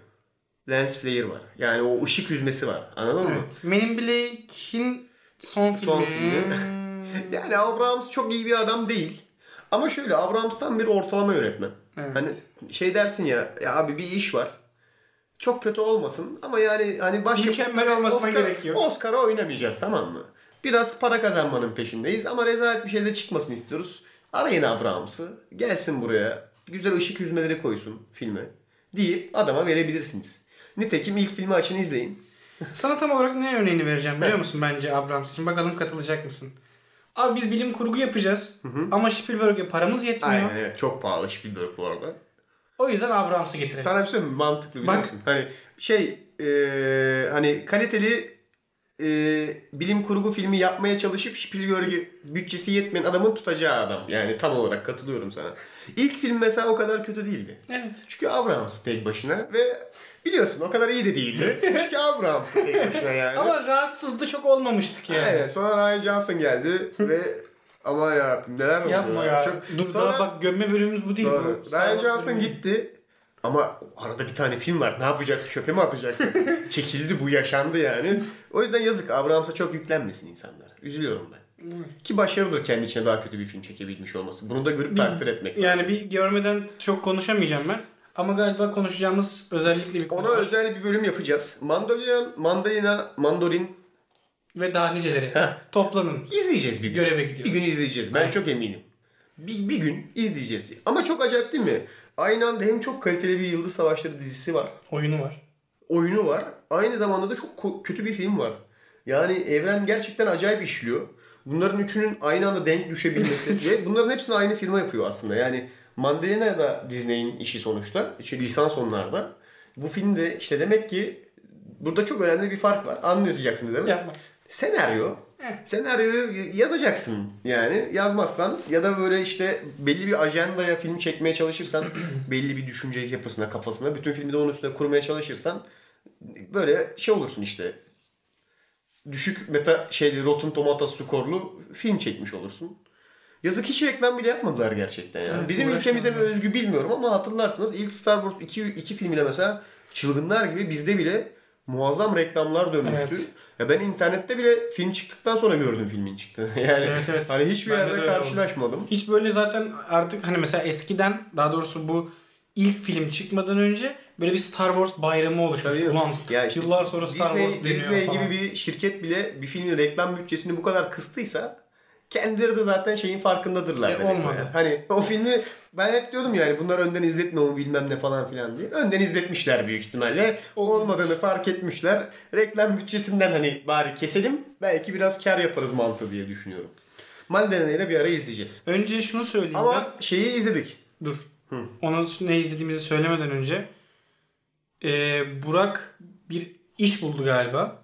Speaker 1: Lens flare var. Yani o ışık yüzmesi var. Anladın mı?
Speaker 2: Evet. Men in Black'in son filmi.
Speaker 1: Son filmi. Hmm. Yani Abrams çok iyi bir adam değil. Ama şöyle Abrams'tan bir ortalama yönetmen.
Speaker 2: Evet.
Speaker 1: Hani şey dersin ya, ya abi bir iş var. Çok kötü olmasın ama yani hani baş
Speaker 2: Mükemmel olmasına
Speaker 1: Oscar-
Speaker 2: gerek yok.
Speaker 1: Oscar'a oynamayacağız tamam mı? Biraz para kazanmanın peşindeyiz ama rezalet bir şey de çıkmasın istiyoruz. Arayın Abrams'ı. Gelsin buraya. Güzel ışık yüzmeleri koysun filme. Deyip adama verebilirsiniz. Nitekim ilk filmi açın izleyin.
Speaker 2: Sana tam olarak ne örneğini vereceğim biliyor musun bence Abrams için? Bakalım katılacak mısın? Abi biz bilim kurgu yapacağız ama Spielberg'e paramız yetmiyor.
Speaker 1: Aynen evet. Çok pahalı Spielberg bu arada.
Speaker 2: O yüzden Abrams'ı getirelim.
Speaker 1: Sana bir şey söyleyeyim mi? Mantıklı biliyor
Speaker 2: Bak.
Speaker 1: musun? Hani şey eee, hani kaliteli eee, bilim kurgu filmi yapmaya çalışıp Spielberg'i bütçesi yetmeyen adamın tutacağı adam. Yani tam olarak katılıyorum sana. İlk film mesela o kadar kötü değildi.
Speaker 2: Evet.
Speaker 1: Çünkü Abrams tek başına ve biliyorsun o kadar iyi de değildi. Çünkü Abrams tek başına yani.
Speaker 2: Ama rahatsızdı çok olmamıştık yani.
Speaker 1: Evet, sonra Ryan Johnson geldi ve aman yarabbim neler oldu
Speaker 2: Yapma ya.
Speaker 1: Çok-
Speaker 2: Dur
Speaker 1: Sonra-
Speaker 2: daha bak gömme bölümümüz bu değil.
Speaker 1: Doğru.
Speaker 2: Bu.
Speaker 1: Ryan
Speaker 2: Sağ
Speaker 1: Johnson
Speaker 2: olsun.
Speaker 1: gitti. Ama arada bir tane film var. Ne yapacaksın? Çöpe mi atacaksın? Çekildi bu yaşandı yani. O yüzden yazık. Abrams'a çok yüklenmesin insanlar. Üzülüyorum ben. Ki başarıdır kendi içine daha kötü bir film çekebilmiş olması. Bunu da görüp takdir etmek. lazım.
Speaker 2: Yani bir görmeden çok konuşamayacağım ben. Ama galiba konuşacağımız özellikle bir konu
Speaker 1: Ona
Speaker 2: var.
Speaker 1: özel bir bölüm yapacağız. Mandalina, Mandalina, Mandorin
Speaker 2: ve daha niceleri. Toplanın.
Speaker 1: izleyeceğiz bir gün.
Speaker 2: Göreve
Speaker 1: Bir
Speaker 2: gidiyoruz.
Speaker 1: gün izleyeceğiz. Ben çok eminim. Bir, bir gün izleyeceğiz. Ama çok acayip değil mi? Aynı anda hem çok kaliteli bir Yıldız Savaşları dizisi var.
Speaker 2: Oyunu var.
Speaker 1: oyunu var. Aynı zamanda da çok ko- kötü bir film var. Yani evren gerçekten acayip işliyor. Bunların üçünün aynı anda denk düşebilmesi ve bunların hepsini aynı firma yapıyor aslında. Yani Mandalina da Disney'in işi sonuçta. İşte lisans onlarda. Bu filmde işte demek ki burada çok önemli bir fark var. Anlayacaksınız değil mi?
Speaker 2: Yapma.
Speaker 1: Senaryo.
Speaker 2: Heh.
Speaker 1: Senaryoyu yazacaksın yani. Yazmazsan ya da böyle işte belli bir ajandaya film çekmeye çalışırsan belli bir düşünce yapısına kafasına bütün filmi de onun üstüne kurmaya çalışırsan böyle şey olursun işte. Düşük meta şeyli Rotten Tomatoes skorlu film çekmiş olursun. Yazık hiç reklam bile yapmadılar gerçekten yani.
Speaker 2: Evet,
Speaker 1: Bizim
Speaker 2: uğraşmadılar.
Speaker 1: ülkemize mi özgü bilmiyorum ama hatırlarsınız ilk Star Wars 2, 2 filmiyle mesela çılgınlar gibi bizde bile muazzam reklamlar dönmüştü.
Speaker 2: Evet.
Speaker 1: Ya ben internette bile film çıktıktan sonra gördüm filmin çıktığını. Yani
Speaker 2: Evet, evet.
Speaker 1: hani hiçbir
Speaker 2: Ben de
Speaker 1: yerde
Speaker 2: de öyle oldu.
Speaker 1: karşılaşmadım.
Speaker 2: Hiç böyle zaten artık hani mesela eskiden daha doğrusu bu ilk film çıkmadan önce böyle bir Star Wars bayramı oluşmuştu.
Speaker 1: Tabii.
Speaker 2: Ulan
Speaker 1: Ya işte
Speaker 2: yıllar sonra Star
Speaker 1: Disney,
Speaker 2: Wars deniyor
Speaker 1: Disney
Speaker 2: falan.
Speaker 1: gibi bir şirket bile bir filmin reklam bütçesini bu kadar kıstıysa kendileri de zaten şeyin farkındadırlar.
Speaker 2: E,
Speaker 1: demek ki
Speaker 2: olmadı.
Speaker 1: yani. Hani o filmi ben hep diyordum yani bunlar önden izletme onu bilmem ne falan filan diye. Önden izletmişler büyük ihtimalle.
Speaker 2: Olmamış.
Speaker 1: Olmadığını fark etmişler. Reklam bütçesinden hani bari keselim belki biraz kar yaparız mantığı diye düşünüyorum. Mandalina'yı da bir ara izleyeceğiz.
Speaker 2: Önce şunu söyleyeyim ben.
Speaker 1: Ama şeyi izledik.
Speaker 2: Dur. Onu ne izlediğimizi söylemeden önce ee, Burak bir iş buldu galiba.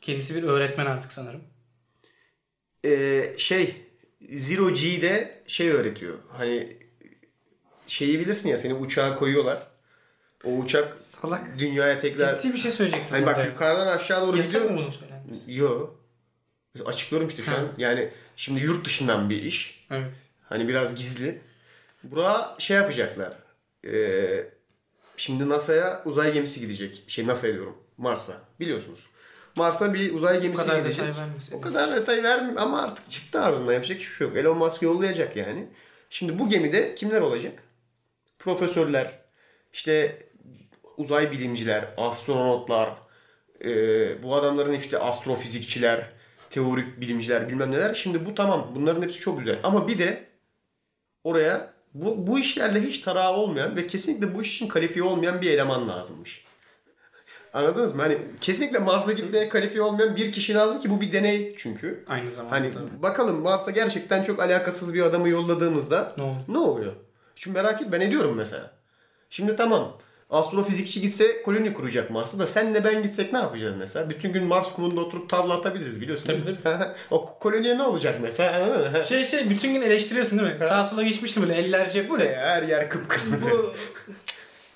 Speaker 2: Kendisi bir öğretmen artık sanırım.
Speaker 1: Ee, şey Zero G'de şey öğretiyor. Hani şeyi bilirsin ya seni uçağa koyuyorlar. O uçak
Speaker 2: Salak.
Speaker 1: dünyaya tekrar
Speaker 2: Ciddi bir şey söyleyecektim.
Speaker 1: hani bak
Speaker 2: burada.
Speaker 1: yukarıdan aşağı doğru
Speaker 2: Yasak mı
Speaker 1: gidiyor.
Speaker 2: bunu söylenmesi?
Speaker 1: Yo. Açıklıyorum işte şu an. Yani şimdi yurt dışından bir iş.
Speaker 2: Evet.
Speaker 1: Hani biraz gizli. Bura şey yapacaklar. Ee, şimdi NASA'ya uzay gemisi gidecek. Şey NASA diyorum. Mars'a. Biliyorsunuz. Mars'a bir uzay gemisi
Speaker 2: kadar detay
Speaker 1: gidecek.
Speaker 2: vermeseydin.
Speaker 1: o kadar detay vermiyor ama artık çıktı ağzımdan. Yapacak hiçbir şey yok. Elon Musk yollayacak yani. Şimdi bu gemide kimler olacak? Profesörler, işte uzay bilimciler, astronotlar, ee, bu adamların işte astrofizikçiler, teorik bilimciler bilmem neler. Şimdi bu tamam. Bunların hepsi çok güzel. Ama bir de oraya bu, bu işlerle hiç tarağı olmayan ve kesinlikle bu iş için kalifiye olmayan bir eleman lazımmış. Anladınız mı? Hani kesinlikle Mars'a gitmeye kalifiye olmayan bir kişi lazım ki bu bir deney çünkü.
Speaker 2: Aynı zamanda.
Speaker 1: Hani
Speaker 2: tabii.
Speaker 1: bakalım Mars'a gerçekten çok alakasız bir adamı yolladığımızda
Speaker 2: Ne oldu?
Speaker 1: ne oluyor? Şimdi merak et ben ediyorum mesela. Şimdi tamam astrofizikçi gitse koloni kuracak Mars'a da senle ben gitsek ne yapacağız mesela? Bütün gün Mars kumunda oturup tavla atabiliriz biliyorsun. değil mi? o koloniye ne olacak mesela? Anladın mı?
Speaker 2: Şey şey bütün gün eleştiriyorsun değil mi? Sağa sola geçmişsin böyle ellerce bu ne ya?
Speaker 1: Her yer kıpkırmızı.
Speaker 2: Bu...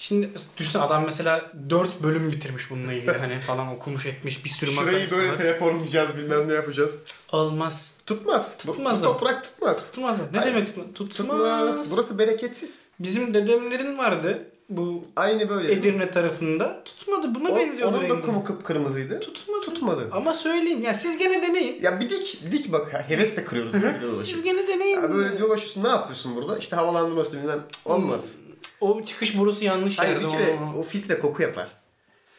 Speaker 2: Şimdi düşünsene adam mesela 4 bölüm bitirmiş bununla ilgili hani falan okumuş etmiş bir sürü
Speaker 1: Şurayı
Speaker 2: makalesi
Speaker 1: böyle
Speaker 2: var.
Speaker 1: telefonlayacağız bilmem ne yapacağız.
Speaker 2: Olmaz.
Speaker 1: Tutmaz. Bu-
Speaker 2: Tutmaz
Speaker 1: bu
Speaker 2: mı?
Speaker 1: toprak tutmaz.
Speaker 2: Tutmaz mı? Ne
Speaker 1: Hayır.
Speaker 2: demek tutmaz? Tutmaz.
Speaker 1: Tutmaz. Burası bereketsiz.
Speaker 2: Bizim dedemlerin vardı bu
Speaker 1: Aynı böyle.
Speaker 2: Edirne tarafında. Tutmadı. Buna
Speaker 1: O-
Speaker 2: benziyor.
Speaker 1: Onun da kumu kıpkırmızıydı.
Speaker 2: Tutmadı.
Speaker 1: Tutmadı.
Speaker 2: Ama söyleyeyim ya siz gene deneyin.
Speaker 1: Ya bir dik, dik bak. Ha, Heves de kırıyoruz. böyle
Speaker 2: Siz
Speaker 1: dolaşıp.
Speaker 2: gene deneyin.
Speaker 1: Ya böyle dolaşıyorsun ne yapıyorsun burada? İşte havalandırma üstünden olmaz.
Speaker 2: Hmm. O çıkış borusu yanlış
Speaker 1: Hayır
Speaker 2: yerde.
Speaker 1: bir kere
Speaker 2: o-
Speaker 1: o filtre koku yapar.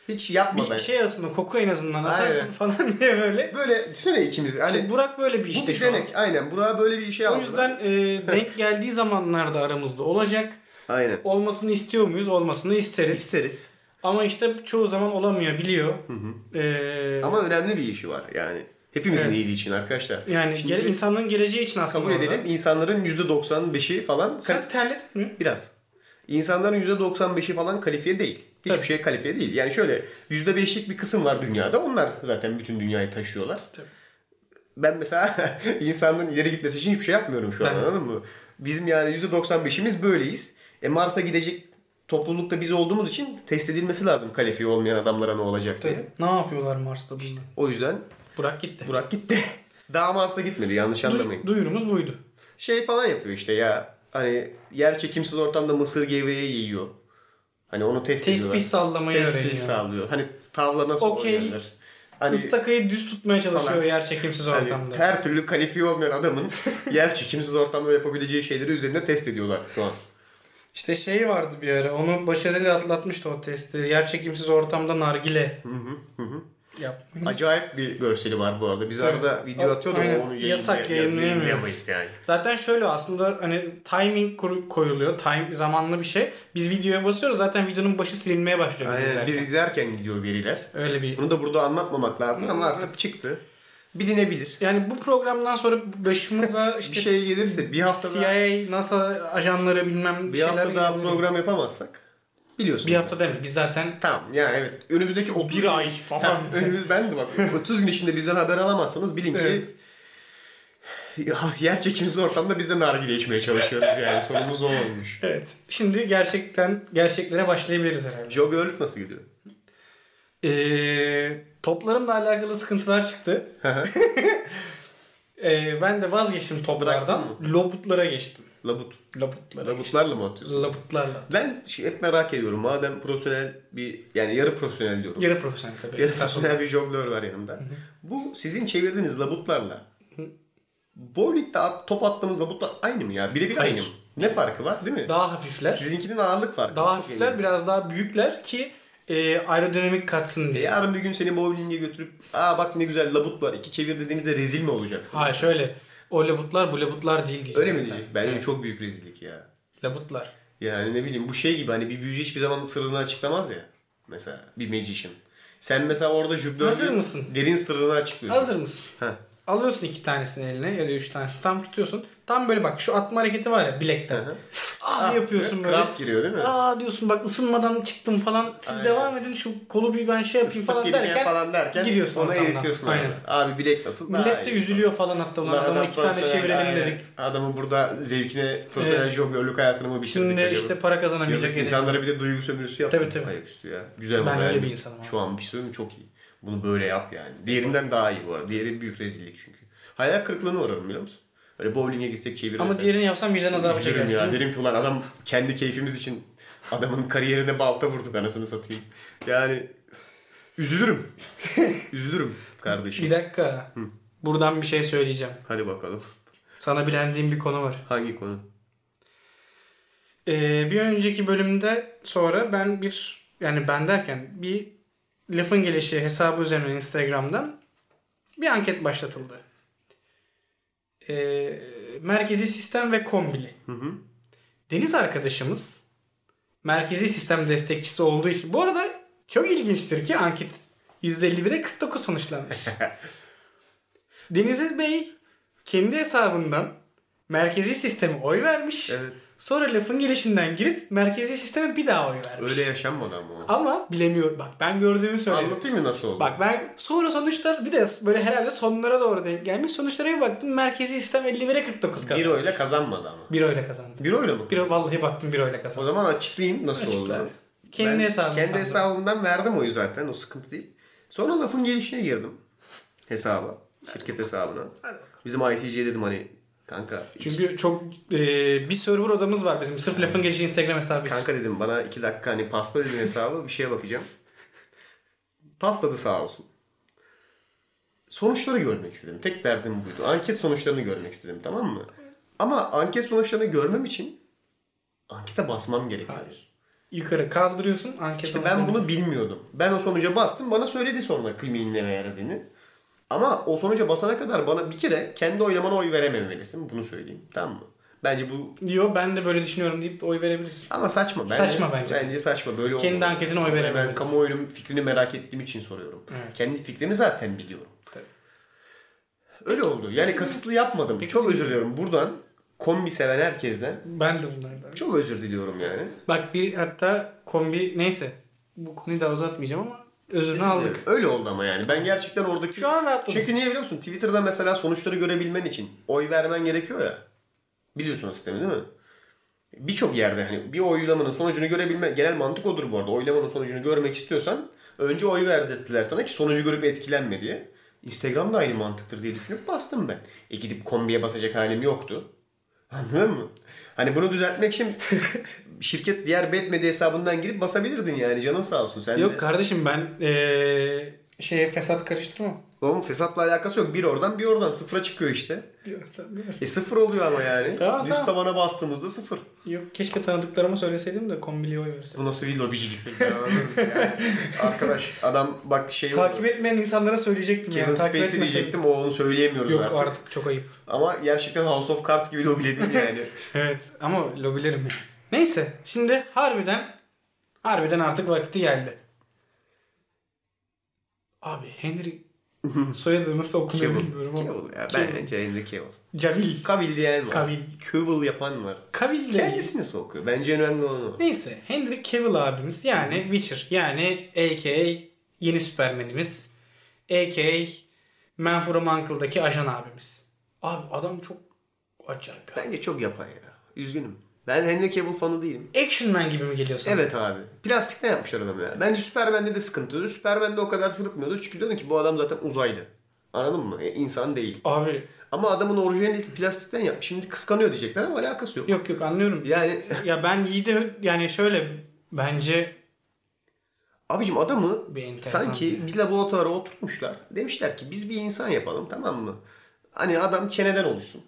Speaker 1: Hiç yapma
Speaker 2: bir
Speaker 1: ben.
Speaker 2: şey aslında koku en azından asarsın
Speaker 1: Aynen.
Speaker 2: falan diye böyle.
Speaker 1: Böyle düşünsene ikimiz. Hani
Speaker 2: Şimdi Burak böyle bir
Speaker 1: bu
Speaker 2: işte
Speaker 1: bir
Speaker 2: şu an.
Speaker 1: denek. Aynen. Burak'a böyle bir şey
Speaker 2: O
Speaker 1: aldılar.
Speaker 2: yüzden e, denk geldiği zamanlarda aramızda olacak.
Speaker 1: Aynen.
Speaker 2: Olmasını istiyor muyuz? Olmasını isteriz.
Speaker 1: İsteriz.
Speaker 2: Ama işte çoğu zaman olamıyor biliyor. E,
Speaker 1: Ama önemli bir işi var yani. Hepimizin
Speaker 2: Evet.
Speaker 1: iyiliği için arkadaşlar.
Speaker 2: yani
Speaker 1: Şimdi
Speaker 2: gele- insanlığın geleceği için aslında.
Speaker 1: kabul
Speaker 2: orada.
Speaker 1: edelim insanların %95'i falan
Speaker 2: Sen terledin mi?
Speaker 1: Biraz. İnsanların %95'i falan kalifiye değil. Hiçbir
Speaker 2: Tabii.
Speaker 1: şey kalifiye değil. Yani şöyle %5'lik bir kısım var dünyada. Onlar zaten bütün dünyayı taşıyorlar.
Speaker 2: Tabii.
Speaker 1: Ben mesela insanlığın ileri gitmesi için hiçbir şey yapmıyorum şu an
Speaker 2: Ben de.
Speaker 1: anladın mı? Bizim yani %95'imiz böyleyiz. E Mars'a gidecek toplulukta biz olduğumuz için test edilmesi lazım kalifiye olmayan adamlara ne olacak diye.
Speaker 2: Ne yapıyorlar Mars'ta bunlar?
Speaker 1: O yüzden
Speaker 2: Burak gitti.
Speaker 1: Burak gitti. Daha Mars'a gitmedi yanlış
Speaker 2: Du-
Speaker 1: anlamayın.
Speaker 2: duyurumuz buydu.
Speaker 1: şey falan yapıyor işte ya hani yer çekimsiz ortamda mısır gevreği yiyor. Hani onu test
Speaker 2: Tesbih
Speaker 1: ediyorlar.
Speaker 2: sallamayı
Speaker 1: Tesbih
Speaker 2: öğreniyor.
Speaker 1: sallıyor. Hani tavla nasıl
Speaker 2: Okey.
Speaker 1: oynanır? Hani,
Speaker 2: Istakayı düz tutmaya çalışıyor
Speaker 1: Falan.
Speaker 2: yer çekimsiz
Speaker 1: hani
Speaker 2: ortamda.
Speaker 1: her türlü kalifiye olmayan adamın yer çekimsiz ortamda yapabileceği şeyleri üzerinde test ediyorlar şu an.
Speaker 2: İşte şey vardı bir ara. Onu başarıyla atlatmıştı o testi. Yer çekimsiz ortamda nargile
Speaker 1: Hı hı, hı hı.
Speaker 2: yapmış.
Speaker 1: Acayip bir görseli var bu arada. Biz
Speaker 2: Tabii.
Speaker 1: arada video
Speaker 2: A-
Speaker 1: atıyorduk
Speaker 2: aynen.
Speaker 1: ama onu yayınlay-
Speaker 2: Yasak, yayınlayamıyoruz.
Speaker 1: yayınlayamayız yani.
Speaker 2: Zaten şöyle aslında hani timing kur- koyuluyor. Time zamanlı bir şey. Biz videoya basıyoruz zaten videonun başı silinmeye başlıyor biz
Speaker 1: Aynen,
Speaker 2: izlerken.
Speaker 1: Biz izlerken gidiyor veriler.
Speaker 2: Öyle bir.
Speaker 1: Bunu da burada anlatmamak lazım ama artık çıktı. Bilinebilir.
Speaker 2: Yani bu programdan sonra başımıza işte
Speaker 1: Bir şey gelirse bir hafta daha-
Speaker 2: CIA, NASA ajanları bilmem
Speaker 1: Bir
Speaker 2: şeyler
Speaker 1: hafta daha
Speaker 2: gelebilir.
Speaker 1: program yapamazsak biliyorsun.
Speaker 2: Bir hafta değil mi? Biz zaten
Speaker 1: Tamam yani evet. Önümüzdeki 30
Speaker 2: bir ay
Speaker 1: Ha,
Speaker 2: falan.
Speaker 1: önümüz, ben de bak 30 gün içinde bizden haber alamazsanız bilin ki
Speaker 2: Evet.
Speaker 1: Ya, yer çekimsiz ortamda biz de nargile içmeye çalışıyoruz yani. Sorumuz o olmuş.
Speaker 2: evet. Şimdi gerçekten gerçeklere başlayabiliriz herhalde.
Speaker 1: Joe Görlük nasıl gidiyor?
Speaker 2: Ee, toplarımla alakalı sıkıntılar çıktı. Ee, ben de vazgeçtim toplardan.
Speaker 1: Bıraktın
Speaker 2: Lobutlara geçtim.
Speaker 1: Labut.
Speaker 2: Lobutlara.
Speaker 1: Labutlarla mı atıyorsun?
Speaker 2: Labutlarla.
Speaker 1: Ben şey- hep merak ediyorum. Madem profesyonel bir yani yarı profesyonel diyorum.
Speaker 2: Yarı profesyonel tabii.
Speaker 1: Yarı profesyonel bir jonglör var yanımda. Bu sizin çevirdiğiniz labutlarla bowlingde at, top attığımız labutlar aynı mı ya? Birebir
Speaker 2: Hayır.
Speaker 1: aynı mı? Ne farkı var değil mi?
Speaker 2: Daha hafifler.
Speaker 1: Sizinkinin ağırlık farkı.
Speaker 2: Daha
Speaker 1: var, çok
Speaker 2: hafifler
Speaker 1: eminim.
Speaker 2: biraz daha büyükler ki e, aerodinamik katsın
Speaker 1: E,
Speaker 2: diye.
Speaker 1: Yarın bir gün seni bowling'e götürüp aa bak ne güzel labut var iki çevir dediğimizde rezil mi olacaksın?
Speaker 2: Hayır şöyle. O labutlar bu labutlar değil diyeceğim.
Speaker 1: Öyle mi
Speaker 2: zaten.
Speaker 1: diyecek? Bence çok büyük rezillik ya.
Speaker 2: Labutlar.
Speaker 1: Yani ne bileyim bu şey gibi hani bir büyücü hiçbir zaman sırrını açıklamaz ya. Mesela bir magician. Sen mesela orada jüblörün
Speaker 2: Hazır mısın?
Speaker 1: derin sırrını açıklıyorsun.
Speaker 2: Hazır mısın?
Speaker 1: Heh.
Speaker 2: Alıyorsun iki tanesini eline ya da üç tanesini tam tutuyorsun. Tam böyle bak şu atma hareketi var ya bilekten.
Speaker 1: hı.
Speaker 2: ah yapıyorsun böyle.
Speaker 1: Kramp giriyor değil mi?
Speaker 2: Aa diyorsun bak ısınmadan çıktım falan. Siz
Speaker 1: Aynen.
Speaker 2: devam edin şu kolu bir ben şey yapayım
Speaker 1: Islık
Speaker 2: falan
Speaker 1: geleceği
Speaker 2: derken,
Speaker 1: falan derken
Speaker 2: giriyorsun
Speaker 1: ona
Speaker 2: ortamdan.
Speaker 1: eritiyorsun.
Speaker 2: Aynen.
Speaker 1: Abi. abi bilek nasıl? Daha
Speaker 2: Millet de
Speaker 1: iyi.
Speaker 2: üzülüyor falan hatta ulan
Speaker 1: Bunlar
Speaker 2: adama
Speaker 1: adam
Speaker 2: iki tane
Speaker 1: profesyonel-
Speaker 2: çevirelim
Speaker 1: Aynen.
Speaker 2: dedik.
Speaker 1: Adamın burada zevkine profesyonel
Speaker 2: Evet.
Speaker 1: jonglörlük hayatını mı bitirdik?
Speaker 2: Şimdi
Speaker 1: acaba?
Speaker 2: işte para kazanamayacak
Speaker 1: Yazık
Speaker 2: dedik.
Speaker 1: insanlara bir de duygu sömürüsü yaptı.
Speaker 2: Tabii, tabii.
Speaker 1: Ayaküstü ya. Güzel
Speaker 2: Ben
Speaker 1: oldu
Speaker 2: öyle
Speaker 1: yani.
Speaker 2: bir insanım abi.
Speaker 1: Şu an bir söyleyeyim mi? çok iyi. Bunu böyle yap yani. Diğerinden daha iyi bu arada. Diğeri büyük rezillik çünkü. Hayal kırıklığına uğrarım biliyor musun? Böyle bowling'e gitsek çevirir.
Speaker 2: Ama diğerini yapsam vicdan azabı
Speaker 1: Üzülürüm
Speaker 2: çekersin.
Speaker 1: ya. Derim ki ulan adam kendi keyfimiz için adamın kariyerine balta vurduk anasını satayım. Yani üzülürüm. üzülürüm
Speaker 2: Bir
Speaker 1: kardeşim.
Speaker 2: dakika. Buradan bir şey söyleyeceğim.
Speaker 1: Hadi bakalım.
Speaker 2: Sana bilendiğim bir konu var.
Speaker 1: Hangi konu?
Speaker 2: Ee, bir önceki bölümde sonra ben bir yani ben derken bir lafın gelişi hesabı üzerinden Instagram'dan bir anket başlatıldı. Ee, merkezi sistem ve kombili.
Speaker 1: Hı hı.
Speaker 2: Deniz arkadaşımız merkezi sistem destekçisi olduğu için. Bu arada Çok ilginçtir ki anket %51'e 49 sonuçlanmış. Deniz Bey kendi hesabından merkezi sisteme oy vermiş.
Speaker 1: Evet.
Speaker 2: Sonra lafın gelişinden girip merkezi sisteme bir daha oy vermiş.
Speaker 1: Öyle yaşanmadı ama o.
Speaker 2: Ama bilemiyor. Bak ben gördüğümü söyledim.
Speaker 1: Anlatayım mı nasıl oldu?
Speaker 2: Bak ben sonra sonuçlar bir de böyle herhalde sonlara doğru denk gelmiş. Sonuçlara bir baktım merkezi sistem 51'e 49
Speaker 1: Bir
Speaker 2: kazandı.
Speaker 1: oyla kazanmadı ama.
Speaker 2: 1 oyla kazandı.
Speaker 1: Bir oyla mı?
Speaker 2: 1 vallahi baktım 1 oyla
Speaker 1: O
Speaker 2: kazandı.
Speaker 1: zaman açıklayayım nasıl
Speaker 2: Açıkla
Speaker 1: oldu.
Speaker 2: abi. Kendi hesabını
Speaker 1: Kendi
Speaker 2: sandım.
Speaker 1: hesabımdan verdim oyu zaten. O sıkıntı değil. Sonra lafın gelişine girdim. Hesaba. Şirket hesabına.
Speaker 2: Hadi bakalım.
Speaker 1: Bizim ITC'ye dedim hani kanka.
Speaker 2: Çünkü çok e, bir server odamız var bizim. Sırf lafın gelişi Instagram hesabı için.
Speaker 1: Kanka dedim bana iki dakika hani pasta dedim hesabı bir şeye bakacağım. Pasladı sağ olsun. Sonuçları görmek istedim. Tek derdim buydu. Anket sonuçlarını görmek istedim tamam mı? Ama anket sonuçlarını görmem için ankete basmam gerekiyor.
Speaker 2: Hayır. Yukarı kaldırıyorsun anket
Speaker 1: İşte
Speaker 2: sonuçlarını-
Speaker 1: ben bunu bilmiyordum. Ben o sonuca bastım. Bana söyledi sonra kimin nereye yaradığını. Ama o sonuca basana kadar bana bir kere kendi oylamana oy verememelisin. Bunu söyleyeyim. Tamam mı? Bence bu
Speaker 2: diyor ben de böyle düşünüyorum deyip oy verebilirsin.
Speaker 1: ama saçma. Bence,
Speaker 2: Saçma bence.
Speaker 1: Bence saçma. Böyle
Speaker 2: Kendi
Speaker 1: olmamalı.
Speaker 2: anketine oy
Speaker 1: Yani Ben
Speaker 2: verememelisin.
Speaker 1: kamuoyunun fikrini merak ettiğim için soruyorum.
Speaker 2: Evet.
Speaker 1: Kendi fikrimi zaten biliyorum.
Speaker 2: Tabii.
Speaker 1: Öyle oldu. Yani kasıtlı yapmadım. Çok özür diliyorum. Buradan kombi seven herkesten
Speaker 2: Ben de bunlardan.
Speaker 1: çok özür diliyorum yani.
Speaker 2: Bak bir hatta kombi neyse bu konuyu daha uzatmayacağım ama özrünü aldık.
Speaker 1: Öyle oldu ama yani. Ben gerçekten oradaki...
Speaker 2: Şu an rahatladım.
Speaker 1: Çünkü niye biliyor musun? Twitter'da mesela sonuçları görebilmen için oy vermen gerekiyor ya. Biliyorsun o sistemi değil mi? Birçok yerde hani bir oylamanın sonucunu görebilme genel mantık odur bu arada. Oylamanın sonucunu görmek istiyorsan önce oy verdirttiler sana ki sonucu görüp etkilenme diye. Instagram da aynı mantıktır diye düşünüp bastım ben. E gidip kombiye basacak halim yoktu. Anladın mı? Hani bunu düzeltmek için şirket diğer Betmedi hesabından girip basabilirdin yani canın sağ olsun. Sen de...
Speaker 2: Yok kardeşim ben eee şeye fesat karıştırmam.
Speaker 1: Oğlum fesatla alakası yok. Bir oradan bir oradan sıfıra çıkıyor işte. E sıfır oluyor ama yani.
Speaker 2: Tamam,
Speaker 1: Düz
Speaker 2: tamam.
Speaker 1: tavana bastığımızda sıfır.
Speaker 2: Yok keşke tanıdıklarıma söyleseydim de kombiliye oy verseydim.
Speaker 1: Bu nasıl bir lobicilik? Ben anlamadım yani. Arkadaş adam bak şey
Speaker 2: Takip
Speaker 1: oldu.
Speaker 2: etmeyen insanlara söyleyecektim
Speaker 1: Kevin
Speaker 2: yani. Takip
Speaker 1: Spacey
Speaker 2: etmeseydim.
Speaker 1: diyecektim o onu söyleyemiyoruz
Speaker 2: Yok
Speaker 1: artık.
Speaker 2: artık. çok ayıp.
Speaker 1: Ama gerçekten House of Cards gibi lobiledin yani.
Speaker 2: Evet ama lobilerim yani. Neyse şimdi harbiden harbiden artık vakti geldi. Abi Henry soyadı nasıl okunuyor bilmiyorum
Speaker 1: Cavill.
Speaker 2: ama.
Speaker 1: Cavill ya.
Speaker 2: Cavill.
Speaker 1: Bence Henry Cavill.
Speaker 2: Cavil.
Speaker 1: Cavill diyen var.
Speaker 2: Cavill.
Speaker 1: Cavill yapan var.
Speaker 2: Cavill de değil.
Speaker 1: Kendisini sokuyor. Bence en önemli olan o.
Speaker 2: Neyse Henry Cavill abimiz yani Witcher yani a.k.a. yeni Süpermen'imiz a.k.a. Man From Uncle'daki ajan abimiz. Abi adam çok acayip ya.
Speaker 1: Bence çok yapan ya. Üzgünüm. Ben Henry Cavill fanı değilim.
Speaker 2: Action Man gibi mi geliyor sana?
Speaker 1: Evet abi. Plastikten yapmışlar adamı ya. Bence Superman'de de sıkıntıydı. Superman'de o kadar sırıtmıyordu. Çünkü diyordun ki bu adam zaten uzaylı. Anladın mı? E, insan değil.
Speaker 2: Abi
Speaker 1: Ama adamın orijinali plastikten yapmış. Şimdi kıskanıyor diyecekler ama alakası yok.
Speaker 2: yok yok anlıyorum.
Speaker 1: Yani-
Speaker 2: ya ben Yiğit'e Hö- yani şöyle bence
Speaker 1: Abicim adamı
Speaker 2: Bir enteresan
Speaker 1: sanki bir laboratuvara oturtmuşlar. Demişler ki biz bir insan yapalım tamam mı? Hani adam çeneden oluşsun.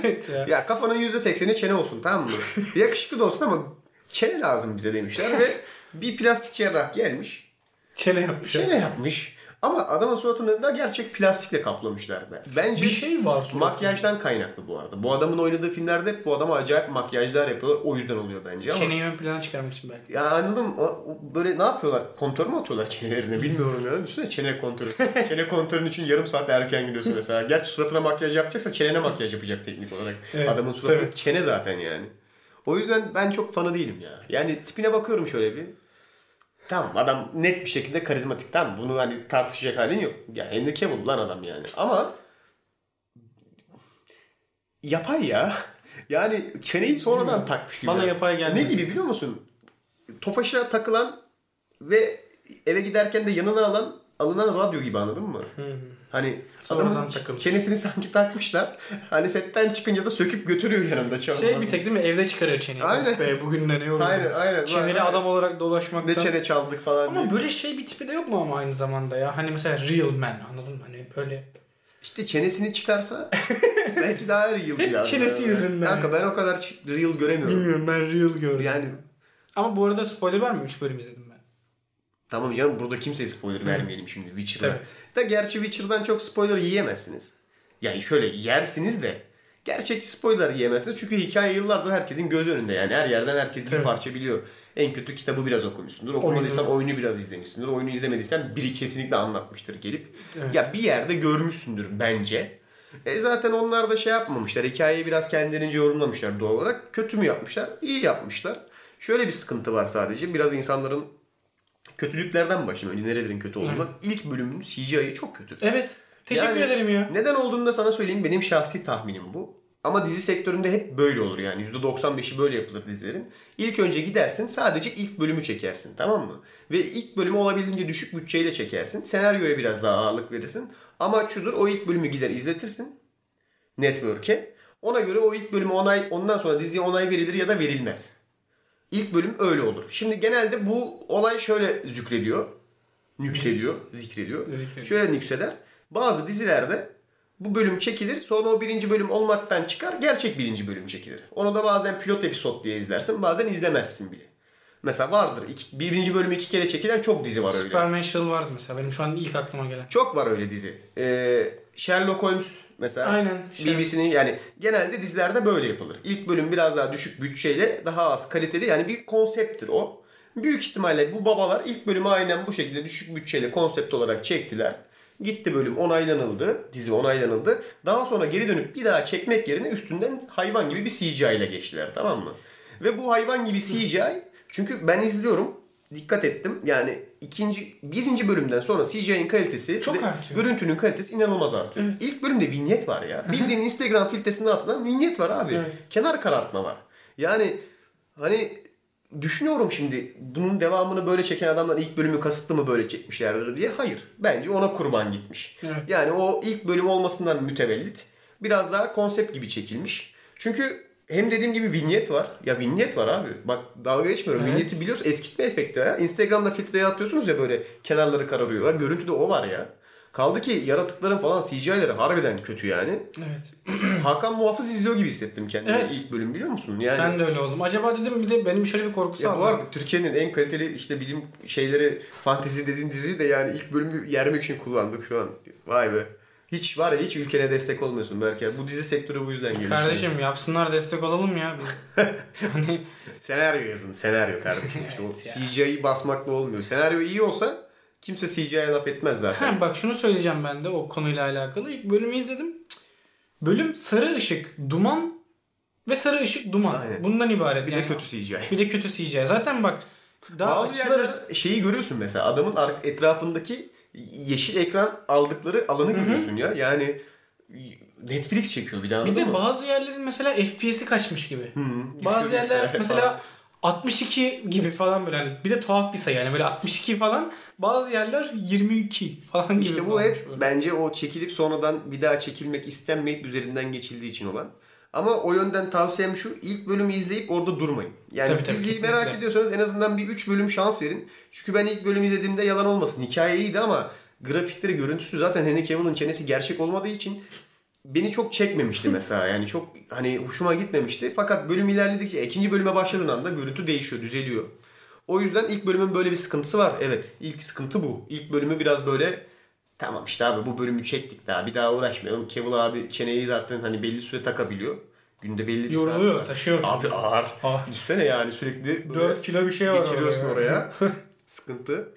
Speaker 2: evet ya.
Speaker 1: Ya kafanın %80'i çene olsun tamam mı? Yakışıklı da olsun ama çene lazım bize demişler ve bir plastik cerrah gelmiş.
Speaker 2: Çene yapmış.
Speaker 1: Şöyle Şey yapmış. Ama adamın suratını da gerçek plastikle kaplamışlar. be. Bence
Speaker 2: Bir şey var suratında.
Speaker 1: Makyajdan kaynaklı bu arada. Bu adamın oynadığı filmlerde hep bu adama acayip makyajlar yapıyorlar. O yüzden oluyor bence ama.
Speaker 2: Çeneyi ön plana çıkarmak için belki.
Speaker 1: Ya anladım. O- o Böyle ne yapıyorlar? Kontör mü atıyorlar çenelerine? Bilmiyorum yani. Düşünsene çene kontörü. çene kontörün için yarım saat erken gidiyorsun mesela. Gerçi suratına makyaj yapacaksa çenene makyaj yapacak teknik olarak.
Speaker 2: Evet,
Speaker 1: Adamın suratı
Speaker 2: tabii.
Speaker 1: çene zaten yani. O yüzden ben çok fanı değilim ya. Yani tipine bakıyorum şöyle bir. Tamam adam net bir şekilde karizmatik tamam bunu hani tartışacak halin yok. Ya Henry Cavill lan adam yani. Ama yapay ya. Yani çeneyi sonradan takmış gibi.
Speaker 2: Bana yapay gelmedi.
Speaker 1: Ne gibi biliyor musun? Tofaş'a takılan ve eve giderken de yanına alan alınan radyo gibi anladın mı? Hani
Speaker 2: Sonradan
Speaker 1: adamın
Speaker 2: takılmış.
Speaker 1: çenesini sanki takmışlar. Hani setten çıkınca da söküp götürüyor yanında çalmaz.
Speaker 2: Şey bir tek değil mi? Evde çıkarıyor çeneyi.
Speaker 1: Aynen.
Speaker 2: Of be, bugün ne ne yoruldum.
Speaker 1: Aynen, aynen.
Speaker 2: Çeneli
Speaker 1: Aynen.
Speaker 2: adam olarak dolaşmaktan.
Speaker 1: Ne çene çaldık falan diye.
Speaker 2: Ama böyle şey bir tipi de yok mu ama aynı zamanda ya? Hani mesela real man anladın mı? Hani böyle.
Speaker 1: İşte çenesini çıkarsa belki daha real
Speaker 2: Hep
Speaker 1: yani.
Speaker 2: çenesi yüzünden.
Speaker 1: Kanka ben o kadar ç- real göremiyorum.
Speaker 2: Bilmiyorum ben real gördüm.
Speaker 1: Yani
Speaker 2: Ama bu arada spoiler var mı? 3 bölüm izledim ben.
Speaker 1: tamam canım burada kimseye spoiler vermeyelim şimdi Witcher'da.
Speaker 2: Tabii.
Speaker 1: Da gerçi Witcher'dan çok spoiler yiyemezsiniz. Yani şöyle yersiniz de Gerçekçi spoiler yemesine çünkü hikaye yıllardır herkesin göz önünde yani her yerden herkes bir
Speaker 2: Tabii.
Speaker 1: parça biliyor. En kötü kitabı biraz okumuşsundur. Okumadıysan oyunu biraz izlemişsindir. Oyunu izlemediysen biri kesinlikle anlatmıştır gelip.
Speaker 2: Evet.
Speaker 1: Ya bir yerde görmüşsündür bence. E zaten onlar da şey yapmamışlar. Hikayeyi biraz kendilerince yorumlamışlar doğal olarak. Kötü mü yapmışlar? İyi yapmışlar. Şöyle bir sıkıntı var sadece. Biraz insanların kötülüklerden başlayayım. Önce nerelerin kötü olduğundan. İlk bölümün CGI'yi çok kötü.
Speaker 2: Evet. Teşekkür
Speaker 1: Yani-
Speaker 2: ederim ya.
Speaker 1: Neden olduğunu da sana söyleyeyim. Benim şahsi tahminim bu. Ama dizi sektöründe hep böyle olur yani. %95'i böyle yapılır dizilerin. İlk önce gidersin sadece ilk bölümü çekersin tamam mı? Ve ilk bölümü olabildiğince düşük bütçeyle çekersin. Senaryoya biraz daha ağırlık verirsin. Ama şudur o ilk bölümü gider izletirsin. Network'e. Ona göre o ilk bölümü onay, ondan sonra diziye onay verilir ya da verilmez. İlk bölüm öyle olur. Şimdi genelde bu olay şöyle zükrediyor. Nüksediyor. Zikrediyor.
Speaker 2: Zikrediyor.
Speaker 1: Şöyle nükseder. Bazı dizilerde bu bölüm çekilir. Sonra o birinci bölüm olmaktan çıkar. Gerçek birinci bölüm çekilir. Onu da bazen pilot episod diye izlersin. Bazen izlemezsin bile. Mesela vardır. İki, birinci bölümü iki kere çekilen çok dizi var öyle.
Speaker 2: Superman Shell vardı mesela. Benim şu an ilk aklıma gelen.
Speaker 1: Çok var öyle dizi. Ee, Sherlock Holmes mesela.
Speaker 2: Aynen, Sherlock.
Speaker 1: BBC'nin yani genelde dizilerde böyle yapılır. İlk bölüm biraz daha düşük bütçeyle daha az kaliteli yani bir konsepttir o. Büyük ihtimalle bu babalar ilk bölümü aynen bu şekilde düşük bütçeyle konsept olarak çektiler. Gitti bölüm onaylanıldı. Dizi onaylanıldı. Daha sonra geri dönüp bir daha çekmek yerine üstünden hayvan gibi bir CGI ile geçtiler tamam mı? Ve bu hayvan gibi CGI çünkü ben izliyorum dikkat ettim. Yani ikinci birinci bölümden sonra CGI'nin kalitesi
Speaker 2: Çok
Speaker 1: ve
Speaker 2: artıyor.
Speaker 1: görüntünün kalitesi inanılmaz artıyor. İlk bölümde vinyet var ya. Bildiğin Instagram filtresinin altından vinyet var abi.
Speaker 2: Evet.
Speaker 1: Kenar karartma var. Yani hani düşünüyorum şimdi bunun devamını böyle çeken adamlar ilk bölümü kasıtlı mı böyle çekmişlerdir diye. Hayır. Bence ona kurban gitmiş.
Speaker 2: Evet.
Speaker 1: Yani o ilk bölüm olmasından mütevellit. Biraz daha konsept gibi çekilmiş. Çünkü hem dediğim gibi vinyet var. Ya vinyet var abi. Bak dalga geçmiyorum.
Speaker 2: Evet.
Speaker 1: Vinyeti biliyorsun eskitme efekti ya. Instagram'da filtreye atıyorsunuz ya böyle kenarları kararıyor. Ya görüntüde o var ya. Kaldı ki yaratıkların falan CGI'leri harbiden kötü yani.
Speaker 2: Evet.
Speaker 1: Hakan Muhafız izliyor gibi hissettim kendimi
Speaker 2: Evet.
Speaker 1: ilk bölüm biliyor musun? Yani
Speaker 2: Ben de öyle oldum. Acaba dedim bir de benim şöyle bir korkusu
Speaker 1: ya bu
Speaker 2: var.
Speaker 1: arada Türkiye'nin en kaliteli işte bilim şeyleri fantezi dediğin diziyi de yani ilk bölümü yermek için kullandık şu an. Vay be. Hiç var ya hiç ülkene destek olmuyorsun belki. Bu dizi sektörü bu yüzden gelişti.
Speaker 2: Kardeşim yapsınlar destek olalım ya. Biz. hani
Speaker 1: Senaryo yazın. Senaryo kardeşim işte. o
Speaker 2: ya.
Speaker 1: CGI'yi basmakla olmuyor. Senaryo iyi olsa kimse CGI'ye laf etmez zaten.
Speaker 2: ha, bak şunu söyleyeceğim ben de o konuyla alakalı. İlk bölümü izledim. Cık. Bölüm sarı ışık, duman ve sarı ışık, duman.
Speaker 1: Aynen.
Speaker 2: Bundan ibaret.
Speaker 1: Bir
Speaker 2: yani.
Speaker 1: de kötü CGI.
Speaker 2: Bir de kötü CGI. Zaten bak daha
Speaker 1: Bazı
Speaker 2: açılar-
Speaker 1: yerler şeyi görüyorsun mesela adamın ar- etrafındaki yeşil ekran aldıkları alanı görüyorsun ya. Yani Netflix çekiyor bir daha.
Speaker 2: Bir de bazı yerlerin mesela FPS'i kaçmış gibi. Bazı
Speaker 1: Düşüyor.
Speaker 2: yerler mesela 62 gibi falan böyle. hani bir de tuhaf bir sayı yani böyle 62 falan. Bazı yerler 22 falan gibi.
Speaker 1: İşte bu
Speaker 2: kalmış
Speaker 1: hep
Speaker 2: böyle.
Speaker 1: bence o çekilip sonradan bir daha çekilmek istenmeyip üzerinden geçildiği için olan. Ama o yönden tavsiyem şu ilk bölümü izleyip orada durmayın. Yani
Speaker 2: Tabii, tabii,
Speaker 1: diziyi
Speaker 2: kesinlikle.
Speaker 1: merak ediyorsanız en azından bir 3 bölüm şans verin. Çünkü ben ilk bölümü izlediğimde yalan olmasın hikaye iyiydi ama grafikleri görüntüsü zaten Henry Cavill'ın çenesi gerçek olmadığı için beni çok çekmemişti mesela. Yani çok hani hoşuma gitmemişti. Fakat bölüm ilerledikçe e, ikinci bölüme başladığın anda görüntü değişiyor, düzeliyor. O yüzden ilk bölümün böyle bir sıkıntısı var. Evet, ilk sıkıntı bu. İlk bölümü biraz böyle tamam işte abi bu bölümü çektik daha bir daha uğraşmayalım. Cavill abi çeneyi zaten hani belli süre takabiliyor. Günde belli bir
Speaker 2: Yoruluyor,
Speaker 1: saat. var.
Speaker 2: taşıyor.
Speaker 1: Abi ağır.
Speaker 2: Ah.
Speaker 1: Düşsene yani sürekli. böyle-
Speaker 2: 4 kilo bir şey var
Speaker 1: Geçiriyorsun oraya. Sıkıntı.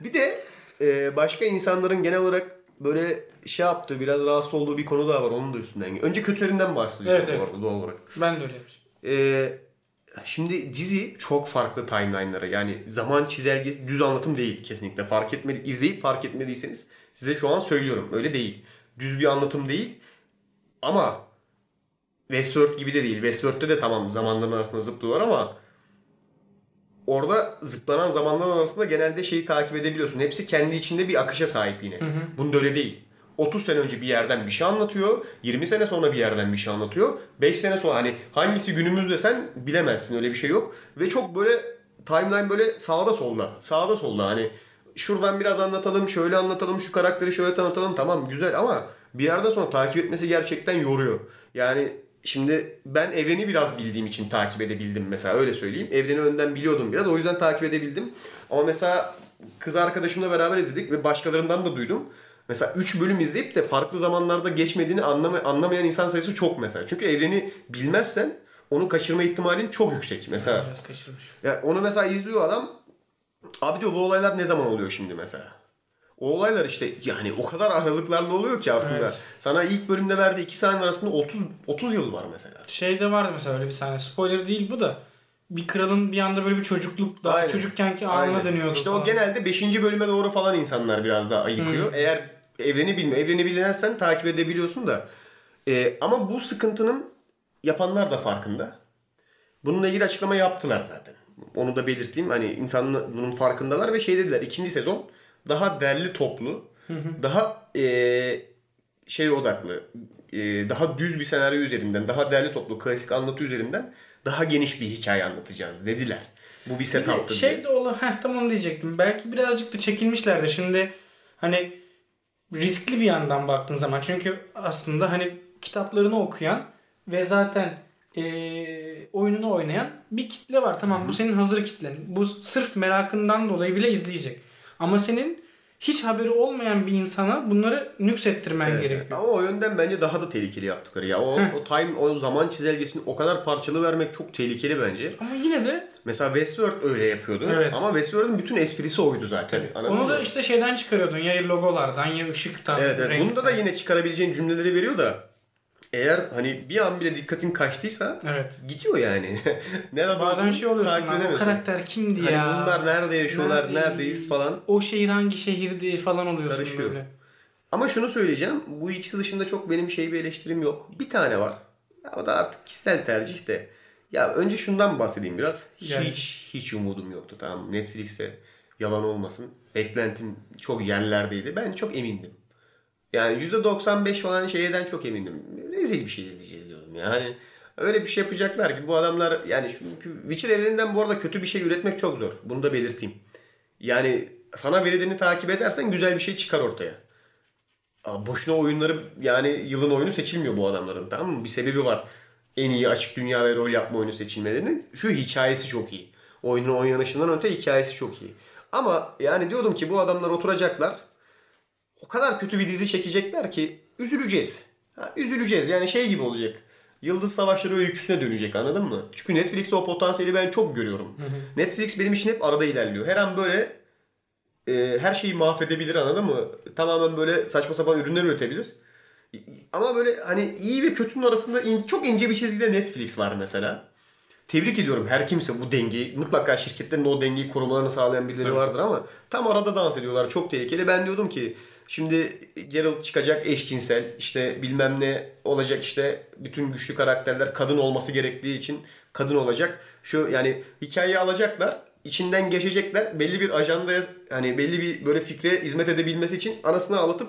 Speaker 1: Bir de e, başka insanların genel olarak böyle şey yaptığı, biraz rahatsız olduğu bir konu daha var. Onun da üstünden. Önce kötülerinden bahsediyorum
Speaker 2: Evet,
Speaker 1: bu
Speaker 2: evet.
Speaker 1: arada doğal olarak.
Speaker 2: Ben de öyle yapacağım.
Speaker 1: E, şimdi dizi çok farklı timeline'lara. Yani zaman çizelgesi düz anlatım değil kesinlikle. Fark etmedi, izleyip fark etmediyseniz size şu an söylüyorum. Öyle değil. Düz bir anlatım değil. Ama Westworld gibi de değil. Westworld'te de tamam zamanların arasında zıplıyorlar ama orada zıplanan zamanlar arasında genelde şeyi takip edebiliyorsun. Hepsi kendi içinde bir akışa sahip yine. Bunda öyle değil. 30 sene önce bir yerden bir şey anlatıyor. 20 sene sonra bir yerden bir şey anlatıyor. 5 sene sonra hani hangisi günümüzde sen bilemezsin öyle bir şey yok. Ve çok böyle timeline böyle sağda solda. Sağda solda hani şuradan biraz anlatalım, şöyle anlatalım, şu karakteri şöyle tanıtalım. Tamam güzel ama bir yerden sonra takip etmesi gerçekten yoruyor. Yani Şimdi ben evreni biraz bildiğim için takip edebildim mesela öyle söyleyeyim. Evreni önden biliyordum biraz o yüzden takip edebildim. Ama mesela kız arkadaşımla beraber izledik ve başkalarından da duydum. Mesela 3 bölüm izleyip de farklı zamanlarda geçmediğini anlama, anlamayan insan sayısı çok mesela. Çünkü evreni bilmezsen onu kaçırma ihtimalin çok yüksek. Mesela
Speaker 2: Biraz kaçırmış.
Speaker 1: ya onu mesela izliyor adam. Abi diyor bu olaylar ne zaman oluyor şimdi mesela? O olaylar işte yani o kadar aralıklarla oluyor ki aslında.
Speaker 2: Evet.
Speaker 1: Sana ilk bölümde verdiği iki sahne arasında 30 30 yıl var mesela.
Speaker 2: Şeyde vardı mesela öyle bir sahne. Spoiler değil bu da. Bir kralın bir anda böyle bir çocukluk daha
Speaker 1: Aynen.
Speaker 2: çocukkenki
Speaker 1: Aynen.
Speaker 2: anına dönüyordu.
Speaker 1: İşte
Speaker 2: falan.
Speaker 1: o genelde 5. bölüme doğru falan insanlar biraz daha ayıkıyor. Eğer evreni bilmiyor. Evreni bilirsen takip edebiliyorsun da. Ee, ama bu sıkıntının yapanlar da farkında. Bununla ilgili açıklama yaptılar zaten. Onu da belirteyim. Hani insanlar bunun farkındalar ve şey dediler. ikinci sezon daha derli toplu. daha ee, şey odaklı. ee, daha düz bir senaryo üzerinden, daha derli toplu klasik anlatı üzerinden daha geniş bir hikaye anlatacağız dediler. Bu bir
Speaker 2: Bir de
Speaker 1: setup'tı diye.
Speaker 2: Şey de ola heh, tam onu diyecektim. Belki birazcık da çekinmişlerdi. Şimdi hani riskli bir yandan baktığın zaman. Çünkü aslında hani kitaplarını okuyan ve zaten eee, oyununu oynayan bir kitle var. Tamam bu senin hazır kitlen. Bu sırf merakından dolayı bile izleyecek. Ama senin hiç haberi olmayan bir insana bunları nüksettirmen
Speaker 1: Evet,
Speaker 2: gerekiyor.
Speaker 1: evet. Ama o yönden bence daha da tehlikeli yaptıkları ya. O, o time o zaman çizelgesini o kadar parçalı vermek çok tehlikeli bence.
Speaker 2: Ama yine de
Speaker 1: Mesela Westworld öyle yapıyordu.
Speaker 2: Evet.
Speaker 1: Ama Westworld'un bütün esprisi oydu zaten. Anladın
Speaker 2: onu da
Speaker 1: mı?
Speaker 2: işte şeyden çıkarıyordun. Ya logolardan ya ışıktan.
Speaker 1: Evet, evet.
Speaker 2: renkten.
Speaker 1: Bunda da yine çıkarabileceğin cümleleri veriyor da eğer hani bir an bile dikkatin kaçtıysa
Speaker 2: Evet.
Speaker 1: gidiyor yani. Nerede
Speaker 2: Bazen
Speaker 1: olduğunu
Speaker 2: şey oluyorsun
Speaker 1: takip
Speaker 2: lan bu
Speaker 1: edemiyorsun.
Speaker 2: karakter kimdi
Speaker 1: Hani
Speaker 2: ya?
Speaker 1: bunlar nerede yaşıyorlar,
Speaker 2: Nerede-
Speaker 1: neredeyiz falan.
Speaker 2: O şehir hangi şehirdi falan oluyorsun
Speaker 1: Karışıyor.
Speaker 2: böyle.
Speaker 1: Ama şunu söyleyeceğim. Bu ikisi dışında çok benim şey bir eleştirim yok. Bir tane var. Ya O da artık kişisel tercih de. Ya önce şundan bahsedeyim biraz. Hiç
Speaker 2: Yani.
Speaker 1: hiç umudum yoktu tamam mı? Netflix'te yalan olmasın. Beklentim çok yerlerdeydi. Ben çok emindim. Yani %95 falan şeyden çok emindim. Rezil bir şey izleyeceğiz diyordum. Yani öyle bir şey yapacaklar ki bu adamlar yani çünkü Witcher evreninden bu arada kötü bir şey üretmek çok zor. Bunu da belirteyim. Yani sana verildiğini takip edersen güzel bir şey çıkar ortaya. Aa, boşuna oyunları yani yılın oyunu seçilmiyor bu adamların tamam mı? Bir sebebi var. En iyi açık dünya ve rol yapma oyunu seçilmelerinin şu hikayesi çok iyi. Oyunun oynanışından öte hikayesi çok iyi. Ama yani diyordum ki bu adamlar oturacaklar. O kadar kötü bir dizi çekecekler ki üzüleceğiz. Ha, üzüleceğiz yani şey gibi olacak. Yıldız Savaşları öyküsüne dönecek anladın mı? Çünkü Netflix'te o potansiyeli ben çok görüyorum. Netflix benim için hep arada ilerliyor. Her an böyle e, her şeyi mahvedebilir anladın mı? Tamamen böyle saçma sapan ürünler üretebilir. İ- Ama böyle hani iyi ve kötünün arasında in- çok ince bir çizgide Netflix var mesela. Tebrik ediyorum her kimse bu dengeyi mutlaka şirketlerin o dengeyi korumalarını sağlayan birileri vardır ama tam arada dans ediyorlar çok tehlikeli. Ben diyordum ki şimdi Geralt çıkacak eşcinsel işte bilmem ne olacak işte bütün güçlü karakterler kadın olması gerektiği için kadın olacak. Şu yani hikayeyi alacaklar içinden geçecekler belli bir ajandaya hani belli bir böyle fikre hizmet edebilmesi için anasını ağlatıp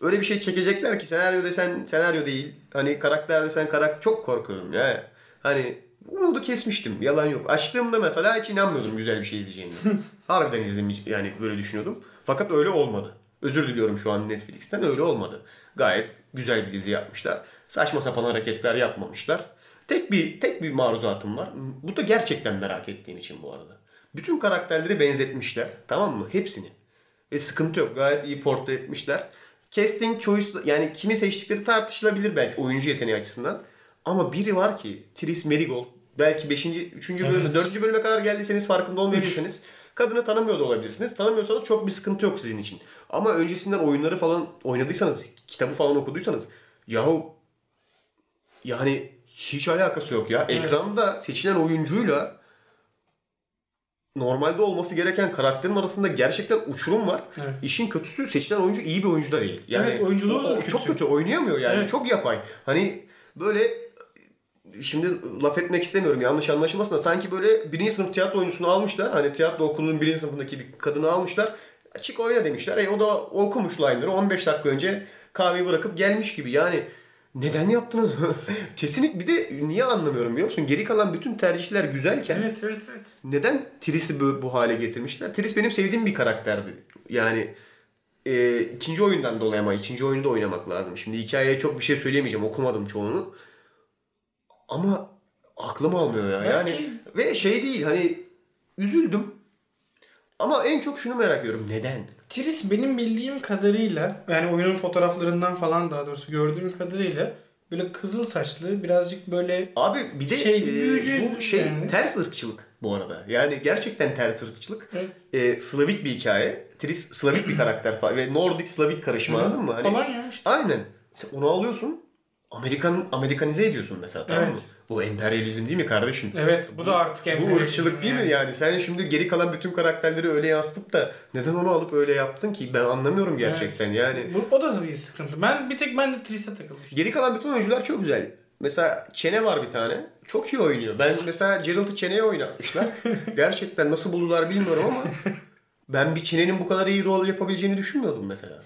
Speaker 1: öyle bir şey çekecekler ki senaryo desen senaryo değil hani karakter desen karakter çok korkuyorum ya. Hani umudu kesmiştim. Yalan yok. Açtığımda mesela hiç inanmıyordum güzel bir şey izleyeceğimi. Harbiden izlemiş yani böyle düşünüyordum. Fakat öyle olmadı. Özür diliyorum şu an Netflix'ten öyle olmadı. Gayet güzel bir dizi yapmışlar. Saçma sapan hareketler yapmamışlar. Tek bir tek bir maruzatım var. Bu da gerçekten merak ettiğim için bu arada. Bütün karakterleri benzetmişler. Tamam mı? Hepsini. Ve sıkıntı yok. Gayet iyi portre etmişler. Casting choice yani kimi seçtikleri tartışılabilir belki oyuncu yeteneği açısından. Ama biri var ki Tris Merigold belki 5. 3. bölüme
Speaker 2: Evet.
Speaker 1: 4. bölüme kadar geldiyseniz farkında olmayabilirsiniz. Kadını tanımıyor da olabilirsiniz. Tanımıyorsanız çok bir sıkıntı yok sizin için. Ama öncesinden oyunları falan oynadıysanız, kitabı falan okuduysanız yahu yani hiç alakası yok ya.
Speaker 2: Evet.
Speaker 1: Ekranda seçilen oyuncuyla normalde olması gereken karakterin arasında gerçekten uçurum var.
Speaker 2: Evet.
Speaker 1: İşin kötüsü seçilen oyuncu iyi bir oyuncu da değil.
Speaker 2: Evet, oyunculuğu da
Speaker 1: o- o
Speaker 2: kötü.
Speaker 1: Çok kötü oynayamıyor yani.
Speaker 2: Evet.
Speaker 1: Çok yapay. Hani böyle şimdi laf etmek istemiyorum yanlış anlaşılmasın da sanki böyle birinci sınıf tiyatro oyuncusunu almışlar. Hani tiyatro okulunun birinci sınıfındaki bir kadını almışlar. Çık oyna demişler. E o da okumuş line'ları 15 dakika önce kahveyi bırakıp gelmiş gibi. Yani neden yaptınız? Kesinlikle bir de niye anlamıyorum biliyor musun? Geri kalan bütün tercihler güzelken
Speaker 2: Evet evet evet.
Speaker 1: neden Tris'i bu, bu hale getirmişler? Tris benim sevdiğim bir karakterdi. Yani e, ikinci oyundan dolayı ama ikinci oyunda oynamak lazım. Şimdi hikayeye çok bir şey söyleyemeyeceğim. Okumadım çoğunu. Ama aklım almıyor ya. Yani
Speaker 2: Belki-
Speaker 1: ve şey değil hani üzüldüm. Ama en çok şunu merak ediyorum. Neden?
Speaker 2: Tris benim bildiğim kadarıyla yani oyunun fotoğraflarından falan daha doğrusu gördüğüm kadarıyla böyle kızıl saçlı birazcık böyle
Speaker 1: Abi bir de
Speaker 2: Şey,
Speaker 1: e,
Speaker 2: büyücü
Speaker 1: bu şey
Speaker 2: yani.
Speaker 1: ters ırkçılık bu arada. Yani gerçekten ters ırkçılık.
Speaker 2: Evet.
Speaker 1: E, Slavik bir hikaye. Tris Slavik bir karakter falan. Ve Nordik Slavik karışımı anladın mı? Hani,
Speaker 2: falan ya işte.
Speaker 1: Aynen. Sen onu alıyorsun. Amerikan Amerikanize ediyorsun mesela tamam
Speaker 2: Evet.
Speaker 1: mı? Bu emperyalizm değil mi kardeşim?
Speaker 2: Evet bu, da artık
Speaker 1: Bu
Speaker 2: emperyalizm
Speaker 1: ırkçılık değil
Speaker 2: yani.
Speaker 1: mi yani? Sen şimdi geri kalan bütün karakterleri öyle yansıtıp da neden onu alıp öyle yaptın ki? Ben anlamıyorum gerçekten yani.
Speaker 2: Bu, o da bir sıkıntı. Ben bir tek ben de Tris'e takılmıştım.
Speaker 1: Geri kalan bütün oyuncular çok güzel. Mesela Çene var bir tane. Çok iyi oynuyor. Ben mesela Geralt'ı Çene'ye oynatmışlar. Gerçekten nasıl buldular bilmiyorum ama ben bir Çene'nin bu kadar iyi rol yapabileceğini düşünmüyordum mesela.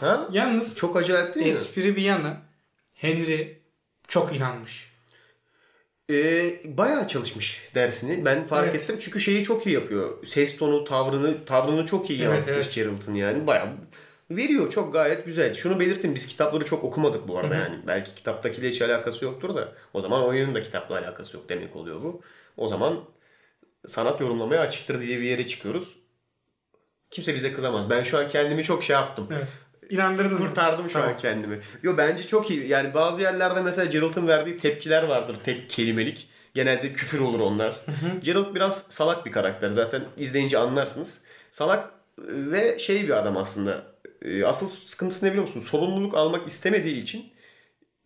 Speaker 1: Ha?
Speaker 2: Yalnız
Speaker 1: Çok acayip değil mi?
Speaker 2: espri bir yana Henry çok inanmış.
Speaker 1: Ee, bayağı çalışmış dersini. Ben fark
Speaker 2: Evet.
Speaker 1: ettim çünkü şeyi çok iyi yapıyor. Ses tonu, tavrını, tavrını çok iyi
Speaker 2: Evet,
Speaker 1: yansıtmış
Speaker 2: evet.
Speaker 1: Geralt'ın yani. Bayağı veriyor çok gayet güzel. Şunu belirttim biz kitapları çok okumadık bu arada yani. Belki kitaptakiyle hiç alakası yoktur da o zaman oyunun da kitapla alakası yok demek oluyor bu. O zaman sanat yorumlamaya açıktır diye bir yere çıkıyoruz. Kimse bize kızamaz. Ben şu an kendimi çok şey yaptım.
Speaker 2: Evet. İnandırdın. mı?
Speaker 1: Kurtardım şu an
Speaker 2: Tamam.
Speaker 1: kendimi. Yo bence çok iyi. Yani bazı yerlerde mesela Geralt'ın verdiği tepkiler vardır. Tek kelimelik. Genelde küfür olur onlar. Geralt biraz salak bir karakter. Zaten izleyince anlarsınız. Salak e, ve şey bir adam aslında. E, Asıl sıkıntısı ne biliyor musun? Sorumluluk almak istemediği için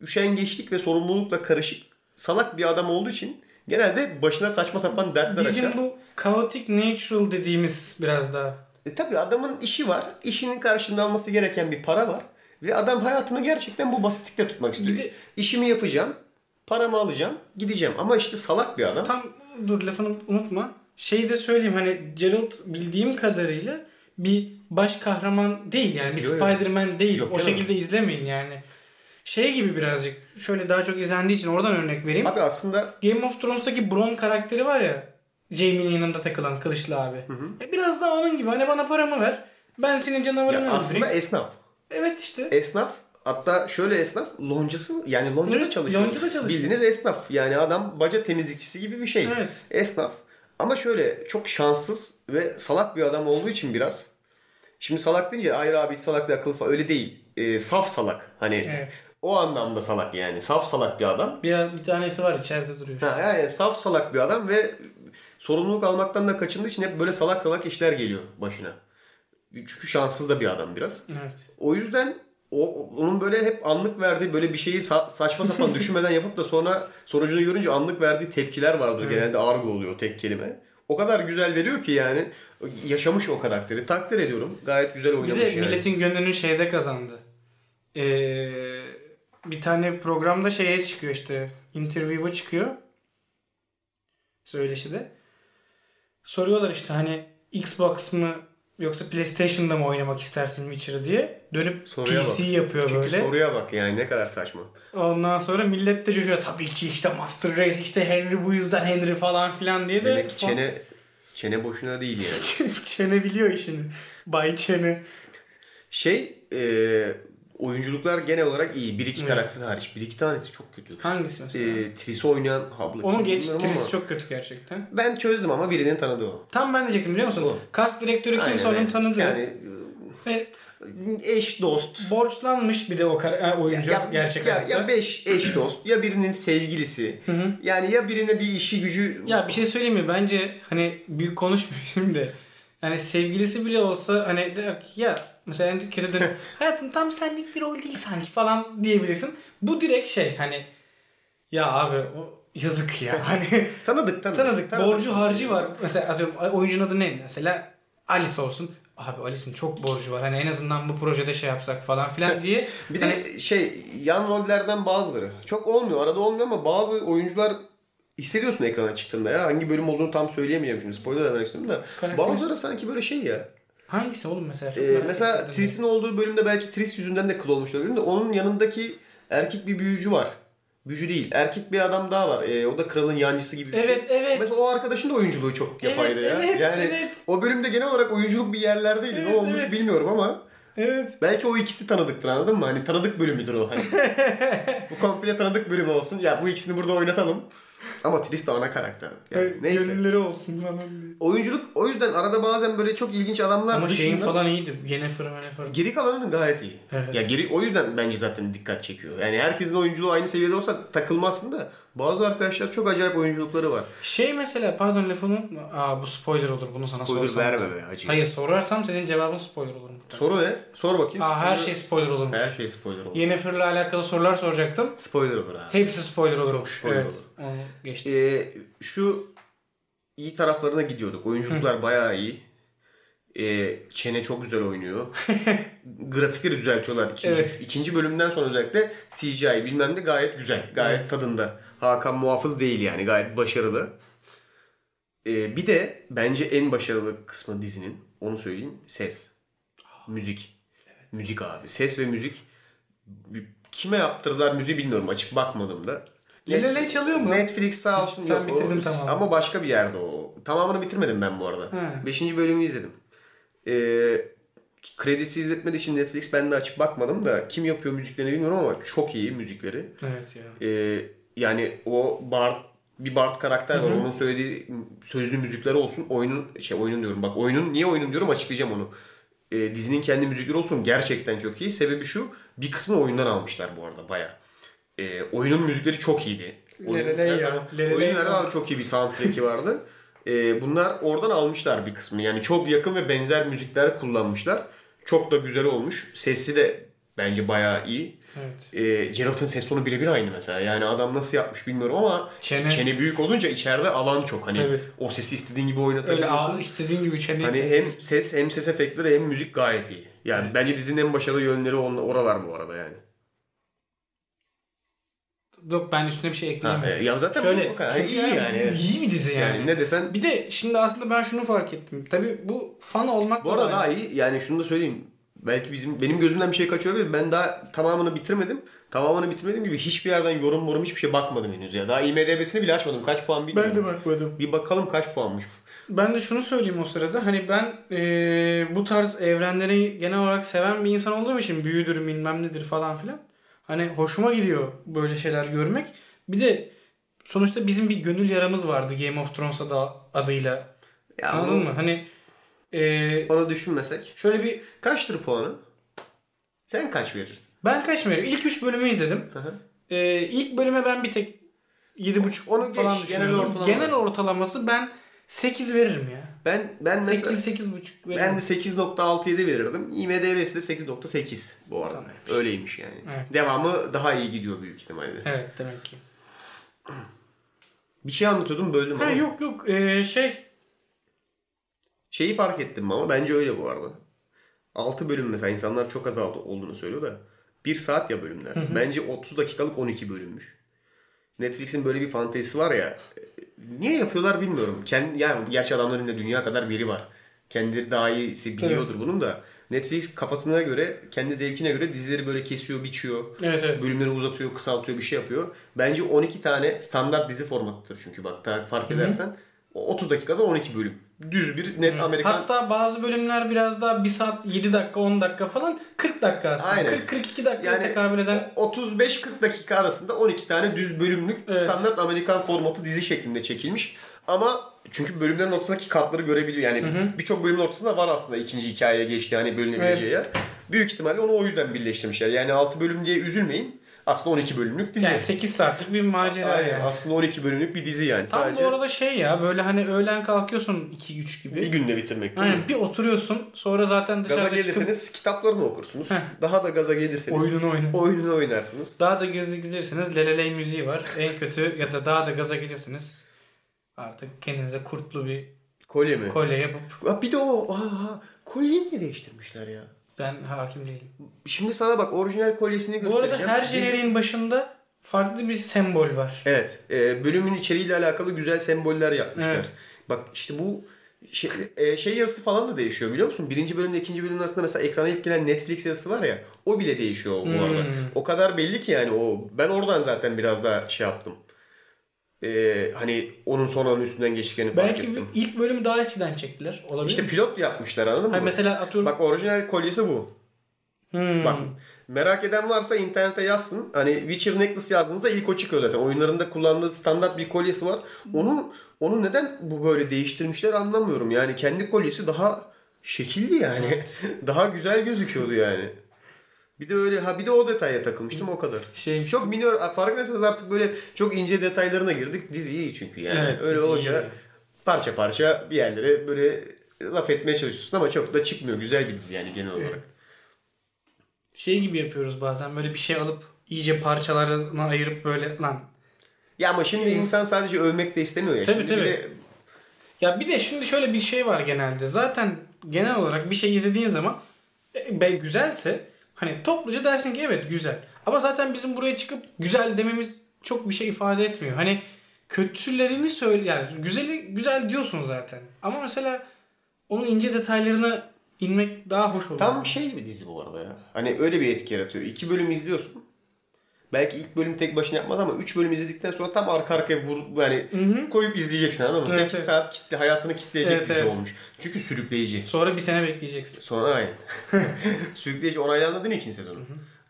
Speaker 1: üşengeçlik ve sorumlulukla karışık salak bir adam olduğu için genelde başına saçma sapan dertler açar.
Speaker 2: Bizim bu chaotic natural dediğimiz biraz daha.
Speaker 1: E tabii adamın işi var. İşinin karşılığında alması gereken bir para var. Ve adam hayatını gerçekten bu basitlikle tutmak istiyor.
Speaker 2: Bir de-
Speaker 1: İşimi yapacağım, paramı alacağım, gideceğim. Ama işte salak bir adam.
Speaker 2: Tam dur lafını unutma. Şeyi de söyleyeyim hani Geralt bildiğim kadarıyla bir baş kahraman değil yani bir
Speaker 1: Yo, yo.
Speaker 2: Spider-Man değil.
Speaker 1: Yok
Speaker 2: o
Speaker 1: canım.
Speaker 2: şekilde izlemeyin yani. Şey gibi birazcık şöyle daha çok izlendiği için oradan örnek vereyim.
Speaker 1: Abi aslında
Speaker 2: Game of Thrones'taki Bron karakteri var ya. Jaime'nin yanında takılan kılıçlı abi. E Biraz daha onun gibi. Hani bana paramı ver. Ben senin
Speaker 1: ya
Speaker 2: canavarını öldüreyim.
Speaker 1: aslında e- esnaf.
Speaker 2: Evet işte.
Speaker 1: Esnaf hatta şöyle esnaf loncası yani loncada
Speaker 2: Evet,
Speaker 1: çalışıyor.
Speaker 2: loncada çalışıyor.
Speaker 1: Bildiğiniz esnaf yani adam baca temizlikçisi gibi bir şey.
Speaker 2: Evet.
Speaker 1: Esnaf ama şöyle çok şanssız ve salak bir adam olduğu için biraz. Şimdi salak deyince hayır abi hiç salak değil, akıllı falan öyle değil. Ee, saf salak hani
Speaker 2: Evet.
Speaker 1: o anlamda salak yani saf salak bir adam.
Speaker 2: Bir, bir tanesi var içeride duruyor. şu an.
Speaker 1: Ha, yani saf salak bir adam ve sorumluluk almaktan da kaçındığı için hep böyle salak salak işler geliyor başına. Çünkü şanssız da bir adam biraz.
Speaker 2: Evet.
Speaker 1: O yüzden o onun böyle hep anlık verdiği böyle bir şeyi sa- saçma sapan düşünmeden yapıp da sonra sonucunu görünce anlık verdiği tepkiler vardır. Genelde argo oluyor tek kelime. O kadar güzel veriyor ki yani yaşamış o karakteri. Takdir ediyorum. Gayet güzel
Speaker 2: Bir
Speaker 1: oynamış
Speaker 2: de
Speaker 1: yani.
Speaker 2: milletin gönlünü şeyde kazandı. Ee, bir tane programda şeye çıkıyor işte. Interview'a çıkıyor. Söyleşide. Soruyorlar işte hani Xbox mı yoksa PlayStation'da mı oynamak istersin Witcher'ı diye. Dönüp
Speaker 1: Soruya
Speaker 2: PC
Speaker 1: bak.
Speaker 2: yapıyor
Speaker 1: Çünkü
Speaker 2: böyle.
Speaker 1: soruya bak yani ne kadar saçma.
Speaker 2: Ondan sonra millet de coşuyor. Tabii ki işte Master Race işte Henry bu yüzden Henry falan filan diye de.
Speaker 1: Demek ki çene çene boşuna değil yani.
Speaker 2: Çene biliyor işini. Bay Çene.
Speaker 1: Şey e, oyunculuklar genel olarak iyi. Bir iki karakter hariç. Bir iki tanesi çok kötü.
Speaker 2: Hangisi mesela?
Speaker 1: E, Tris'i oynayan Hablı.
Speaker 2: Onun genç
Speaker 1: Bilmiyorum ama-
Speaker 2: trisi çok kötü gerçekten.
Speaker 1: Ben çözdüm ama birinin tanıdığı o.
Speaker 2: Tam ben diyecektim biliyor musun?
Speaker 1: O.
Speaker 2: Kas direktörü
Speaker 1: Aynen,
Speaker 2: kimse onun
Speaker 1: aynen.
Speaker 2: tanıdığı.
Speaker 1: Yani
Speaker 2: Ve
Speaker 1: e, eş dost.
Speaker 2: borçlanmış bir de o kar- ha, oyuncu gerçek
Speaker 1: ya,
Speaker 2: hayatta.
Speaker 1: ya beş eş dost ya birinin sevgilisi. Yani ya birine bir işi gücü
Speaker 2: Ya bir şey söyleyeyim mi? Bence hani büyük konuşmayayım da yani sevgilisi bile olsa hani der ki, ya mesela en kötü dönem hayatım tam senlik bir rol değil sanki falan diyebilirsin. Bu direkt şey hani ya abi o yazık ya hani
Speaker 1: tanıdık tanıdık.
Speaker 2: tanıdık borcu harcı var. Mesela atıyorum oyuncunun adı ne mesela Alice olsun. Abi Alice'in çok borcu var. Hani en azından bu projede şey yapsak falan filan diye.
Speaker 1: Bir
Speaker 2: Hani-
Speaker 1: de şey yan rollerden bazıları. Çok olmuyor. Arada olmuyor ama bazı oyuncular hissediyorsun ekrana çıktığında ya. Hangi bölüm olduğunu tam söyleyemeyeceğim şimdi. Spoiler da vermek istemiyorum da.
Speaker 2: Karakter-
Speaker 1: Bazıları sanki böyle şey ya.
Speaker 2: Hangisi oğlum mesela? Çok
Speaker 1: Ee,
Speaker 2: merak
Speaker 1: mesela
Speaker 2: ettim.
Speaker 1: Tris'in olduğu bölümde belki Tris yüzünden de kıl olmuş olabilirim de onun yanındaki erkek bir büyücü var. Büyücü değil. Erkek bir adam daha var. Ee, o da kralın yancısı gibi bir
Speaker 2: Evet,
Speaker 1: şey.
Speaker 2: evet.
Speaker 1: Mesela o arkadaşın da oyunculuğu çok yapaydı
Speaker 2: Evet,
Speaker 1: ya.
Speaker 2: evet,
Speaker 1: yani
Speaker 2: evet.
Speaker 1: o bölümde genel olarak oyunculuk bir yerlerdeydi.
Speaker 2: Evet,
Speaker 1: ne olmuş
Speaker 2: evet.
Speaker 1: bilmiyorum ama
Speaker 2: Evet.
Speaker 1: belki o ikisi tanıdıktır anladın mı? Hani tanıdık bölümüdür o. Hani. bu komple tanıdık bölümü olsun. Ya bu ikisini burada oynatalım Ama Trista ana karakter. Yani
Speaker 2: Ay,
Speaker 1: neyse.
Speaker 2: Gönülleri olsun falan diye.
Speaker 1: Oyunculuk o yüzden arada bazen böyle çok ilginç adamlar
Speaker 2: Ama
Speaker 1: dışında...
Speaker 2: şeyin falan iyiydi. Yennefer Yennefer.
Speaker 1: Geri kalanının gayet iyi.
Speaker 2: Evet.
Speaker 1: Ya geri o yüzden bence zaten dikkat çekiyor. Yani herkesin oyunculuğu aynı seviyede olsa takılmazsın da bazı arkadaşlar çok acayip oyunculukları var.
Speaker 2: Şey mesela pardon lafını unutma. Aa bu spoiler olur bunu sana
Speaker 1: Spoiler
Speaker 2: sorsam.
Speaker 1: verme be acı.
Speaker 2: Hayır sorarsam senin cevabın spoiler olur mutlaka.
Speaker 1: Soru ne? Sor bakayım.
Speaker 2: Aa, her
Speaker 1: Spoiler-
Speaker 2: şey spoiler olurmuş.
Speaker 1: her şey spoiler olur.
Speaker 2: Yennefer'le alakalı sorular soracaktım.
Speaker 1: Spoiler olur abi.
Speaker 2: Hepsi spoiler olurmuş.
Speaker 1: spoiler
Speaker 2: evet.
Speaker 1: olur.
Speaker 2: Onu geçtim.
Speaker 1: Ee, şu iyi taraflarına gidiyorduk. Oyunculuklar bayağı iyi. Ee, çene çok güzel oynuyor. Grafikleri düzeltiyorlar. İkinci,
Speaker 2: Evet.
Speaker 1: ikinci bölümden sonra özellikle CGI bilmem ne gayet güzel. Gayet tadında. Hakan muhafız değil yani. Gayet başarılı. Ee, bir de bence en başarılı kısmı dizinin. Onu söyleyeyim. Ses. Müzik. Müzik abi. Ses ve müzik. Kime yaptırdılar müziği bilmiyorum. Açık bakmadım da.
Speaker 2: Lelele çalıyor mu?
Speaker 1: Netflix sağ olsun.
Speaker 2: Sen
Speaker 1: yok, o-
Speaker 2: bitirdin tamamını.
Speaker 1: Ama başka bir yerde o. Tamamını bitirmedim ben bu arada.
Speaker 2: He.
Speaker 1: Beşinci bölümü izledim. Ee, kredisi izletmediği için Netflix ben de açıp bakmadım da kim yapıyor müziklerini bilmiyorum ama çok iyi müzikleri.
Speaker 2: Evet ya.
Speaker 1: Ee, yani o Bart bir Bart karakter var. Onun söylediği sözlü müzikleri olsun. Oyunun şey oyunun diyorum. Bak oyunun niye oyunun diyorum açıklayacağım onu. Ee, dizinin kendi müzikleri olsun gerçekten çok iyi. Sebebi şu. Bir kısmı oyundan almışlar bu arada baya. oyunun müzikleri çok iyiydi. Oyunun-
Speaker 2: Lelele ya.
Speaker 1: Evet,
Speaker 2: Lelele
Speaker 1: oyunun
Speaker 2: son-
Speaker 1: herhalde çok iyi bir soundtrack'i vardı. Ee, bunlar oradan almışlar bir kısmı. Yani çok yakın ve benzer müzikler kullanmışlar. Çok da güzel olmuş. Sesi de bence bayağı iyi.
Speaker 2: Evet.
Speaker 1: E, Geralt'ın ses tonu birebir aynı mesela. Yani adam nasıl yapmış bilmiyorum ama
Speaker 2: Çene.
Speaker 1: çene, büyük olunca içeride alan çok. Hani
Speaker 2: Tabii.
Speaker 1: o sesi istediğin gibi
Speaker 2: Öyle ağ,
Speaker 1: oynatabiliyorsun.
Speaker 2: istediğin gibi çeneyi.
Speaker 1: Hani hem ses hem ses efektleri hem müzik gayet iyi. Yani bence dizinin en başarılı yönleri on- oralar bu arada yani.
Speaker 2: Yok ben üstüne bir şey
Speaker 1: Ha,
Speaker 2: ekleyemiyorum.
Speaker 1: e, ya zaten
Speaker 2: Şöyle.
Speaker 1: bu kadar.
Speaker 2: çünkü
Speaker 1: iyi yani. evet.
Speaker 2: İyi bir dizi yani.
Speaker 1: Yani ne desen
Speaker 2: Bir de şimdi aslında ben şunu fark ettim. Tabii bu fan olmak
Speaker 1: bu
Speaker 2: da
Speaker 1: arada
Speaker 2: var.
Speaker 1: daha iyi. Yani şunu da söyleyeyim. Belki bizim benim gözümden bir şey kaçıyor ve ben daha tamamını bitirmedim. Tamamını bitirmediğim gibi hiçbir yerden yorum morum hiçbir şey bakmadım henüz ya. Daha IMDb'sini bile açmadım. Kaç puan bilmiyorum.
Speaker 2: bakmadım.
Speaker 1: Bir bakalım kaç puanmış.
Speaker 2: Ben de şunu söyleyeyim o sırada. Hani ben eee, bu tarz evrenleri genel olarak seven bir insan olduğum için büyüdür bilmem nedir falan filan. Hani hoşuma gidiyor böyle şeyler görmek. Bir de sonuçta bizim bir gönül yaramız vardı Game of Thrones adı, adıyla.
Speaker 1: Ya
Speaker 2: Anladın
Speaker 1: onu-
Speaker 2: mı? Hani eee,
Speaker 1: Onu düşünmesek.
Speaker 2: şöyle bir
Speaker 1: Kaçtır puanı? Sen kaç verirsin?
Speaker 2: ben kaç veriyorum? İlk 3 bölümü izledim. Ee, ilk bölüme ben bir tek 7.5
Speaker 1: Onu
Speaker 2: onu
Speaker 1: geç,
Speaker 2: falan
Speaker 1: genel
Speaker 2: düşünüyordum. Genel,
Speaker 1: ortalama.
Speaker 2: ortalaması ben 8 veririm ya.
Speaker 1: Ben ben mesela
Speaker 2: 8 8.5 veririm.
Speaker 1: ben de 8.67 verirdim. IMDb'si de 8.8 bu arada. Öyleymiş yani.
Speaker 2: Evet.
Speaker 1: Devamı daha iyi gidiyor büyük ihtimalle.
Speaker 2: Evet demek ki.
Speaker 1: Bir şey anlatıyordum böldüm
Speaker 2: Ha
Speaker 1: ama.
Speaker 2: yok yok ee, şey
Speaker 1: Şeyi fark ettim ama bence öyle bu arada. 6 bölüm mesela insanlar çok az aldı olduğunu söylüyor da 1 saat ya bölümler. Bence 30 dakikalık 12 bölümmüş. Netflix'in böyle bir fantezisi var ya. e, Niye yapıyorlar bilmiyorum. Kendi, yani gerçi adamların da dünya kadar biri var. Kendileri daha iyisi biliyordur bunun da. Netflix kafasına göre, kendi zevkine göre dizileri böyle kesiyor, biçiyor.
Speaker 2: evet evet.
Speaker 1: Bölümleri uzatıyor, kısaltıyor, bir şey yapıyor. Bence 12 tane standart dizi formatıdır çünkü bak ta- fark edersen. o 30 dakikada 12 bölüm. Düz bir net Amerikan
Speaker 2: Hatta bazı bölümler biraz daha 1 saat 7 dakika 10 dakika falan 40 dakika aslında.
Speaker 1: Aynen.
Speaker 2: 40 42 dakika
Speaker 1: Yani
Speaker 2: tekabül eden
Speaker 1: 35-40 dakika arasında 12 tane düz bölümlük
Speaker 2: Evet.
Speaker 1: standart Amerikan formatı dizi şeklinde çekilmiş. Ama çünkü bölümlerin ortasındaki katları görebiliyor. Yani birçok bölümün ortasında var aslında ikinci hikayeye geçti hani bölünebileceği yer. Büyük ihtimalle onu o yüzden birleştirmişler. Yani 6 bölüm diye üzülmeyin. Aslında 12 bölümlük dizi.
Speaker 2: yani 8 saatlik bir macera
Speaker 1: Aynen.
Speaker 2: yani.
Speaker 1: Aslında 12 bölümlük bir dizi yani.
Speaker 2: Tam
Speaker 1: Sadece
Speaker 2: bu arada şey ya böyle hani öğlen kalkıyorsun 2 3 gibi.
Speaker 1: bir günde bitirmek. değil mi?
Speaker 2: Aynen bir oturuyorsun sonra zaten
Speaker 1: Gaza
Speaker 2: dışarıda çıkıp
Speaker 1: gelirseniz kitaplarını okursunuz.
Speaker 2: Heh.
Speaker 1: Daha da gaza gelirseniz
Speaker 2: Oyununu oynarsınız.
Speaker 1: oyununu oynarsınız.
Speaker 2: Daha da gaza gelirsiniz leleley müziği var. En kötü ya da daha da gaza gelirsiniz. Artık kendinize kurtlu bir
Speaker 1: Kolye mi?
Speaker 2: kolye yapıp
Speaker 1: Ha, bir de o aha, kolyeyi niye değiştirmişler ya?
Speaker 2: ben hakim değilim.
Speaker 1: Şimdi sana bak orijinal kolyesini
Speaker 2: Bu
Speaker 1: göstereceğim.
Speaker 2: arada her
Speaker 1: Biz-
Speaker 2: jenerin başında farklı bir sembol var.
Speaker 1: Evet. e, bölümün içeriğiyle alakalı güzel semboller yapmışlar.
Speaker 2: Evet.
Speaker 1: Bak işte bu şey, e, şey yazısı falan da değişiyor biliyor musun? Birinci bölümle ikinci bölümün arasında mesela ekrana ilk gelen Netflix yazısı var ya o bile değişiyor bu arada.
Speaker 2: Hmm.
Speaker 1: O kadar belli ki yani o ben oradan zaten biraz daha şey yaptım. E, hani onun sonranın üstünden geçtiklerini fark
Speaker 2: Belki
Speaker 1: ettim.
Speaker 2: bir- ilk bölüm daha eskiden çektiler. Olabilir
Speaker 1: İşte
Speaker 2: mi?
Speaker 1: pilot yapmışlar anladın
Speaker 2: Hani
Speaker 1: mı?
Speaker 2: mesela atıyorum
Speaker 1: Bak orijinal kolyesi bu.
Speaker 2: Hmm.
Speaker 1: Bak merak eden varsa internete yazsın. Hani Witcher Necklace yazdığınızda ilk o çıkıyor zaten. Oyunlarında kullandığı standart bir kolyesi var.
Speaker 2: Hmm.
Speaker 1: Onu onu neden bu böyle değiştirmişler anlamıyorum. Yani kendi kolyesi daha şekilli yani. daha güzel gözüküyordu yani. Bir de öyle ha bir de o detaya takılmıştım o kadar.
Speaker 2: Şey-
Speaker 1: çok minor farkındaysanız artık böyle çok ince detaylarına girdik. Dizi iyi çünkü yani.
Speaker 2: Evet,
Speaker 1: öyle
Speaker 2: dizi
Speaker 1: olunca
Speaker 2: iyi.
Speaker 1: parça parça bir yerlere böyle laf etmeye çalışıyorsun ama çok da çıkmıyor. Güzel bir dizi yani genel olarak.
Speaker 2: Şey gibi yapıyoruz bazen böyle bir şey alıp iyice parçalarına ayırıp böyle lan
Speaker 1: Ya ama şimdi insan sadece övmek de istemiyor ya.
Speaker 2: Tabii,
Speaker 1: şimdi
Speaker 2: tabii.
Speaker 1: Bir de
Speaker 2: Ya bir de şimdi şöyle bir şey var genelde. Zaten genel olarak bir şey izlediğin zaman e, be, güzelse hani topluca dersin ki evet güzel. Ama zaten bizim buraya çıkıp güzel dememiz çok bir şey ifade etmiyor. Hani kötülerini söyle yani güzeli güzel diyorsun zaten. Ama mesela onun ince detaylarına inmek daha hoş oluyor.
Speaker 1: tam şey bir dizi bu arada ya. Hani öyle bir etki yaratıyor. İki bölüm izliyorsun. Belki ilk bölüm tek başına yapmaz ama üç bölüm izledikten sonra tam arka arkaya vur, yani koyup izleyeceksin anladın mı?
Speaker 2: Evet,
Speaker 1: 8
Speaker 2: evet.
Speaker 1: saat kitle, hayatını kitleyecek
Speaker 2: Evet,
Speaker 1: dizi
Speaker 2: evet.
Speaker 1: olmuş. Çünkü sürükleyici.
Speaker 2: Sonra bir sene bekleyeceksin.
Speaker 1: Sonra aynen. sürükleyici onaylandı değil mi ikinci sezonu?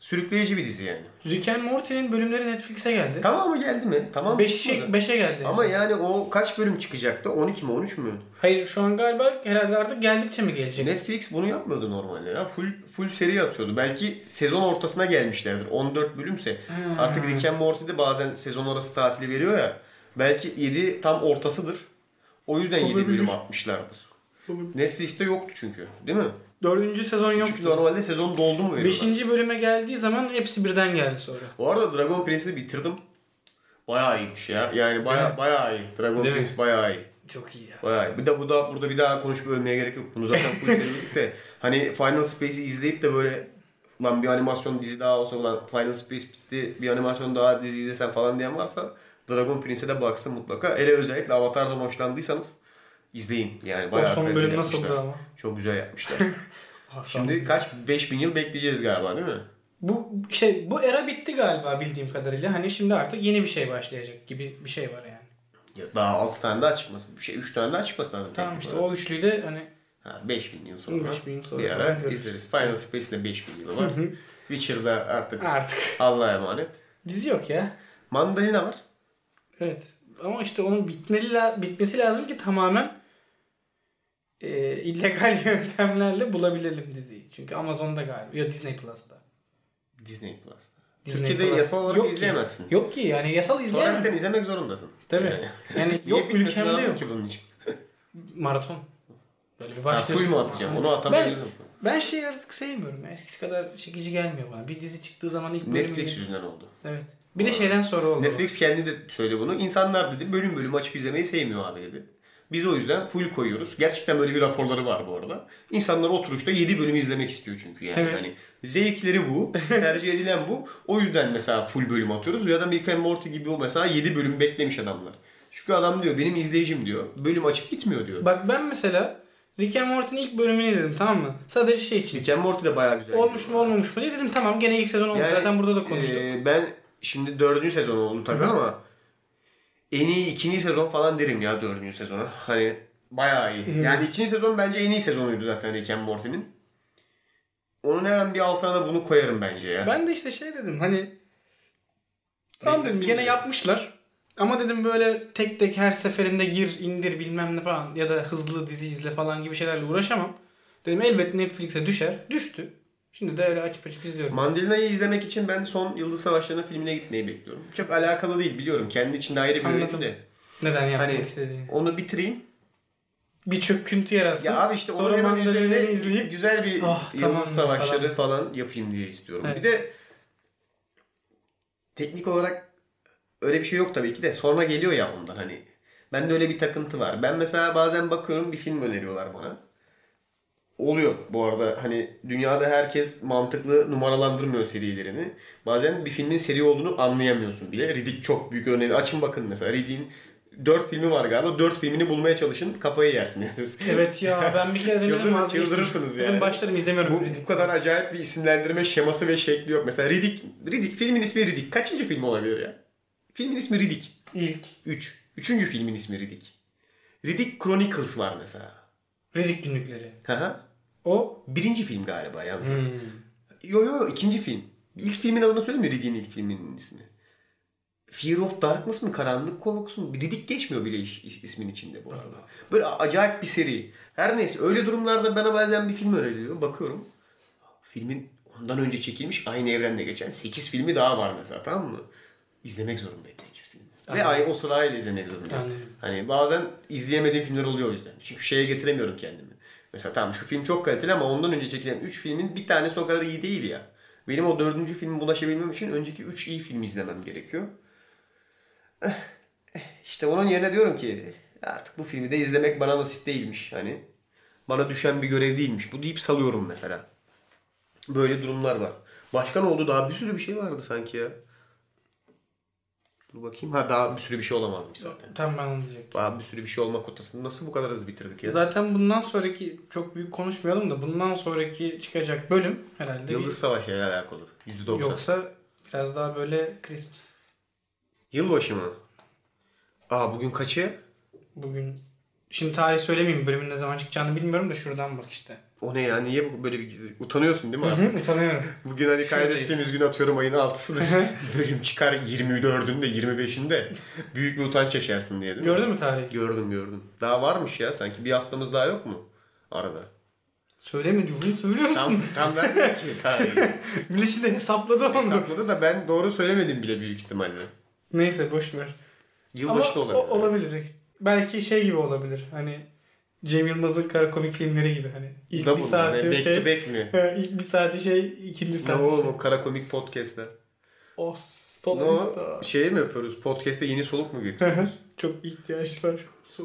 Speaker 1: Sürükleyici bir dizi yani.
Speaker 2: Rick and Morty'nin bölümleri Netflix'e geldi.
Speaker 1: Tamam mı geldi mi? Tamam. çıkmadı.
Speaker 2: 5'e beşe geldi.
Speaker 1: Ama yani o kaç bölüm çıkacaktı? 12 mi 13 mü?
Speaker 2: Hayır şu an galiba herhalde artık geldikçe mi gelecek?
Speaker 1: Netflix bunu yapmıyordu normalde ya. Full full seri atıyordu. Belki sezon ortasına gelmişlerdir. 14 bölümse. Artık Rick and Morty'de bazen sezon arası tatili veriyor ya. Belki 7 tam ortasıdır. O yüzden 7
Speaker 2: Olabilir.
Speaker 1: bölüm atmışlardır. Netflix'te yoktu çünkü. Değil mi?
Speaker 2: Dördüncü sezon yok.
Speaker 1: Çünkü normalde sezon doldu mu veriyorlar.
Speaker 2: Beşinci bölüme geldiği zaman hepsi birden geldi sonra.
Speaker 1: Bu arada Dragon Prince'i bitirdim. Bayağı iyiymiş ya. Yani bayağı bayağı iyi. Dragon
Speaker 2: Değil mi?
Speaker 1: Prince bayağı iyi.
Speaker 2: Çok iyi ya.
Speaker 1: Bayağı. iyi. Bir de bu da burada bir daha konuşup övmeye gerek yok. Bunu zaten bu izledik de hani Final Space'i izleyip de böyle lan bir animasyon dizi daha olsa ulan Final Space bitti bir animasyon daha dizi izlesen falan diyen varsa Dragon Prince'e de baksın mutlaka. Hele özellikle Avatar'dan hoşlandıysanız izleyin. Yani bayağı
Speaker 2: son
Speaker 1: kaliteli
Speaker 2: bölüm
Speaker 1: yapmışlar.
Speaker 2: nasıldı ama?
Speaker 1: Çok güzel yapmışlar.
Speaker 2: Şimdi
Speaker 1: Şimdi kaç 5000 yıl bekleyeceğiz galiba değil mi?
Speaker 2: bu şey bu era bitti galiba bildiğim kadarıyla. Hani şimdi artık yeni bir şey başlayacak gibi bir şey var yani.
Speaker 1: Ya daha 6 tane daha çıkmasın. Bir şey 3 tane daha çıkmasın lazım.
Speaker 2: Tamam
Speaker 1: teknik
Speaker 2: işte
Speaker 1: olarak.
Speaker 2: o üçlüyü de hani
Speaker 1: Ha, 5000 yıl sonra.
Speaker 2: 5000 yıl sonra
Speaker 1: Bir ara
Speaker 2: falan görürüz.
Speaker 1: izleriz. Final Space'de 5000 yılı var. Witcher'da artık
Speaker 2: artık
Speaker 1: Allah'a emanet.
Speaker 2: dizi yok ya.
Speaker 1: Mandalina var.
Speaker 2: Evet. Ama işte onun bitmeli la- bitmesi lazım ki tamamen e, illegal yöntemlerle bulabilelim diziyi. Çünkü Amazon'da galiba ya Disney Plus'ta.
Speaker 1: Disney Plus'ta.
Speaker 2: Disney
Speaker 1: Türkiye'de
Speaker 2: Plus.
Speaker 1: yasal olarak
Speaker 2: Yok ki.
Speaker 1: izleyemezsin.
Speaker 2: Yok ki yani yasal izleyemem.
Speaker 1: Torrent'ten izlemek zorundasın.
Speaker 2: Değil
Speaker 1: Yani.
Speaker 2: mi? Yani
Speaker 1: Niye
Speaker 2: yok
Speaker 1: bitmesi
Speaker 2: ülkemde
Speaker 1: lazım
Speaker 2: yok.
Speaker 1: ki bunun için?
Speaker 2: Maraton. Böyle bir
Speaker 1: Ha,
Speaker 2: başlıyorsun.
Speaker 1: full mu atacağım? Onu
Speaker 2: şey- ben,
Speaker 1: atamayabilirim.
Speaker 2: ben şey artık sevmiyorum. ya. Eskisi kadar çekici gelmiyor bana. Bir dizi çıktığı zaman ilk bölümü...
Speaker 1: Netflix yüzünden oldu.
Speaker 2: Evet. Bir de şeyden sonra oldu.
Speaker 1: Netflix kendi de söyledi bunu. İnsanlar dedi bölüm bölüm açıp izlemeyi sevmiyor abi dedi. Biz o yüzden full koyuyoruz. Gerçekten böyle bir raporları var bu arada. İnsanlar oturuşta 7 bölüm izlemek istiyor çünkü yani.
Speaker 2: Evet.
Speaker 1: Hani zevkleri bu. Tercih edilen bu. O yüzden mesela full bölüm atıyoruz. Ya da Rick and Morty gibi o mesela 7 bölüm beklemiş adamlar. Çünkü adam diyor benim izleyicim diyor. Bölüm açıp gitmiyor diyor.
Speaker 2: Bak ben mesela Rick and Morty'nin ilk bölümünü izledim tamam mı? Sadece şey için.
Speaker 1: Rick and Morty de bayağı güzel.
Speaker 2: Olmuş
Speaker 1: gidiyor.
Speaker 2: mu olmamış mı diye dedim tamam gene ilk sezon olmuş.
Speaker 1: Yani,
Speaker 2: Zaten burada da konuştuk.
Speaker 1: e, ben şimdi dördüncü sezon oldu tabii ama en iyi ikinci sezon falan derim ya dördüncü sezona. Hani bayağı iyi. Yani ikinci sezon bence en iyi sezonuydu zaten Rick and Morty'nin. Onun hemen bir altına da bunu koyarım bence ya.
Speaker 2: Ben de işte şey dedim hani tamam dedim
Speaker 1: Bekletim
Speaker 2: gene
Speaker 1: mi?
Speaker 2: yapmışlar. Ama dedim böyle tek tek her seferinde gir indir bilmem ne falan ya da hızlı dizi izle falan gibi şeylerle uğraşamam. Dedim elbet Netflix'e düşer. Düştü. Şimdi de öyle açıp açıp izliyorum.
Speaker 1: Mandalina'yı izlemek için ben son Yıldız Savaşları'nın filmine gitmeyi bekliyorum. Çok alakalı değil biliyorum. Kendi içinde ayrı bir
Speaker 2: Anladım.
Speaker 1: öykü de.
Speaker 2: Neden yapmak
Speaker 1: Hani-
Speaker 2: istediğini.
Speaker 1: Onu bitireyim.
Speaker 2: Bir çöküntü yaratsın.
Speaker 1: Ya abi işte onun
Speaker 2: Sonra
Speaker 1: hemen
Speaker 2: Mandalina'yı
Speaker 1: üzerine
Speaker 2: izleyip
Speaker 1: güzel bir
Speaker 2: Ah,
Speaker 1: Yıldız
Speaker 2: tamam
Speaker 1: Savaşları falan. yapayım diye istiyorum.
Speaker 2: Evet.
Speaker 1: Bir de teknik olarak öyle bir şey yok tabii ki de sonra geliyor ya ondan hani. Bende öyle bir takıntı var. Ben mesela bazen bakıyorum bir film öneriyorlar bana. Oluyor bu arada hani dünyada herkes mantıklı numaralandırmıyor serilerini. Bazen bir filmin seri olduğunu anlayamıyorsun bile. Riddick çok büyük örneği. Açın bakın mesela Riddick'in 4 filmi var galiba. 4 filmini bulmaya çalışın kafayı yersiniz.
Speaker 2: Evet ya ben bir kere denedim
Speaker 1: Çıldırır-
Speaker 2: vazgeçtim.
Speaker 1: çıldırırsınız
Speaker 2: Dedim
Speaker 1: yani.
Speaker 2: başlarım izlemiyorum.
Speaker 1: Bu, bu kadar acayip bir isimlendirme şeması ve şekli yok. Mesela Riddick, Riddick filmin ismi Riddick. Kaçıncı film olabilir ya? Filmin ismi Riddick.
Speaker 2: İlk.
Speaker 1: 3. Üçüncü filmin ismi Riddick. Riddick Chronicles var mesela.
Speaker 2: Riddick günlükleri.
Speaker 1: Hı hı.
Speaker 2: O
Speaker 1: Birinci film galiba yanlış. Yo yo yo, ikinci film. İlk filmin adını söylemiyor Riddick'in ilk filminin ismi. Fear of Darkness mı? Karanlık Korkusu mu? Riddick geçmiyor bile iş, iş- ismin içinde bu arada. Böyle a- acayip bir seri. Her neyse öyle durumlarda bana bazen bir film öneriliyor. Bakıyorum. Filmin ondan önce çekilmiş aynı evrende geçen 8 filmi daha var mesela tamam mı? İzlemek zorundayım 8 filmi. Ve aynı o sırayla izlemek zorundayım.
Speaker 2: Anladım.
Speaker 1: Hani bazen izleyemediğim filmler oluyor o yüzden. Çünkü şeye getiremiyorum kendimi. Mesela tamam şu film çok kaliteli ama ondan önce çekilen 3 filmin bir tanesi o kadar iyi değil ya. Benim o dördüncü filmi bulaşabilmem için önceki 3 iyi filmi izlemem gerekiyor. Eh, eh, İşte onun yerine diyorum ki artık bu filmi de izlemek bana nasip değilmiş hani. Bana düşen bir görev değilmiş. Bu deyip salıyorum mesela. Böyle durumlar var. Başka ne oldu? Daha bir sürü bir şey vardı sanki ya. Dur bakayım. Ha daha bir sürü bir şey olamazmış zaten.
Speaker 2: Tam ben onu diyecektim.
Speaker 1: Daha bir sürü bir şey olma kotasını nasıl bu kadar hızlı bitirdik ya?
Speaker 2: E Zaten bundan sonraki çok büyük konuşmayalım da bundan sonraki çıkacak bölüm herhalde
Speaker 1: Yıldız Savaşı ile alakalı.
Speaker 2: bir,
Speaker 1: %90.
Speaker 2: yoksa biraz daha böyle Christmas.
Speaker 1: Yılbaşı mı? Aa bugün kaçı?
Speaker 2: Bugün şimdi tarih söylemeyeyim bölümün ne zaman çıkacağını bilmiyorum da şuradan bak işte.
Speaker 1: O ne ya? Niye bu- böyle bir gizli? Utanıyorsun değil mi artık?
Speaker 2: Utanıyorum.
Speaker 1: Bugün hani
Speaker 2: Şuradayız.
Speaker 1: kaydettiğimiz gün atıyorum ayın 6'sını. Bölüm çıkar 24'ünde 25'inde. Büyük bir utanç yaşarsın diye değil mi?
Speaker 2: Gördün mü tarihi?
Speaker 1: Gördüm gördüm. Daha varmış ya sanki. Bir haftamız daha yok mu? Arada.
Speaker 2: Söyleme cumhur söylüyor
Speaker 1: Tam,
Speaker 2: musun?
Speaker 1: tam vermiyor ki tarihi.
Speaker 2: Millet şimdi hesapladı onu.
Speaker 1: Hesapladı da ben doğru söylemedim bile büyük ihtimalle.
Speaker 2: Neyse boş ver.
Speaker 1: Yılbaşı da
Speaker 2: Ama
Speaker 1: olabilir.
Speaker 2: o- olabilir. Belki şey gibi olabilir. Hani Cem Yılmaz'ın kara komik filmleri gibi hani ilk
Speaker 1: Double
Speaker 2: bir
Speaker 1: mu?
Speaker 2: saati
Speaker 1: Ne, back
Speaker 2: şey
Speaker 1: to back mi?
Speaker 2: ilk bir saati şey ikinci
Speaker 1: Ne
Speaker 2: saati
Speaker 1: oğlum
Speaker 2: şey.
Speaker 1: o kara komik podcastler.
Speaker 2: O
Speaker 1: Ne o? Şey mi yapıyoruz? Podcast'te yeni soluk mu getiriyoruz?
Speaker 2: Çok ihtiyaç var.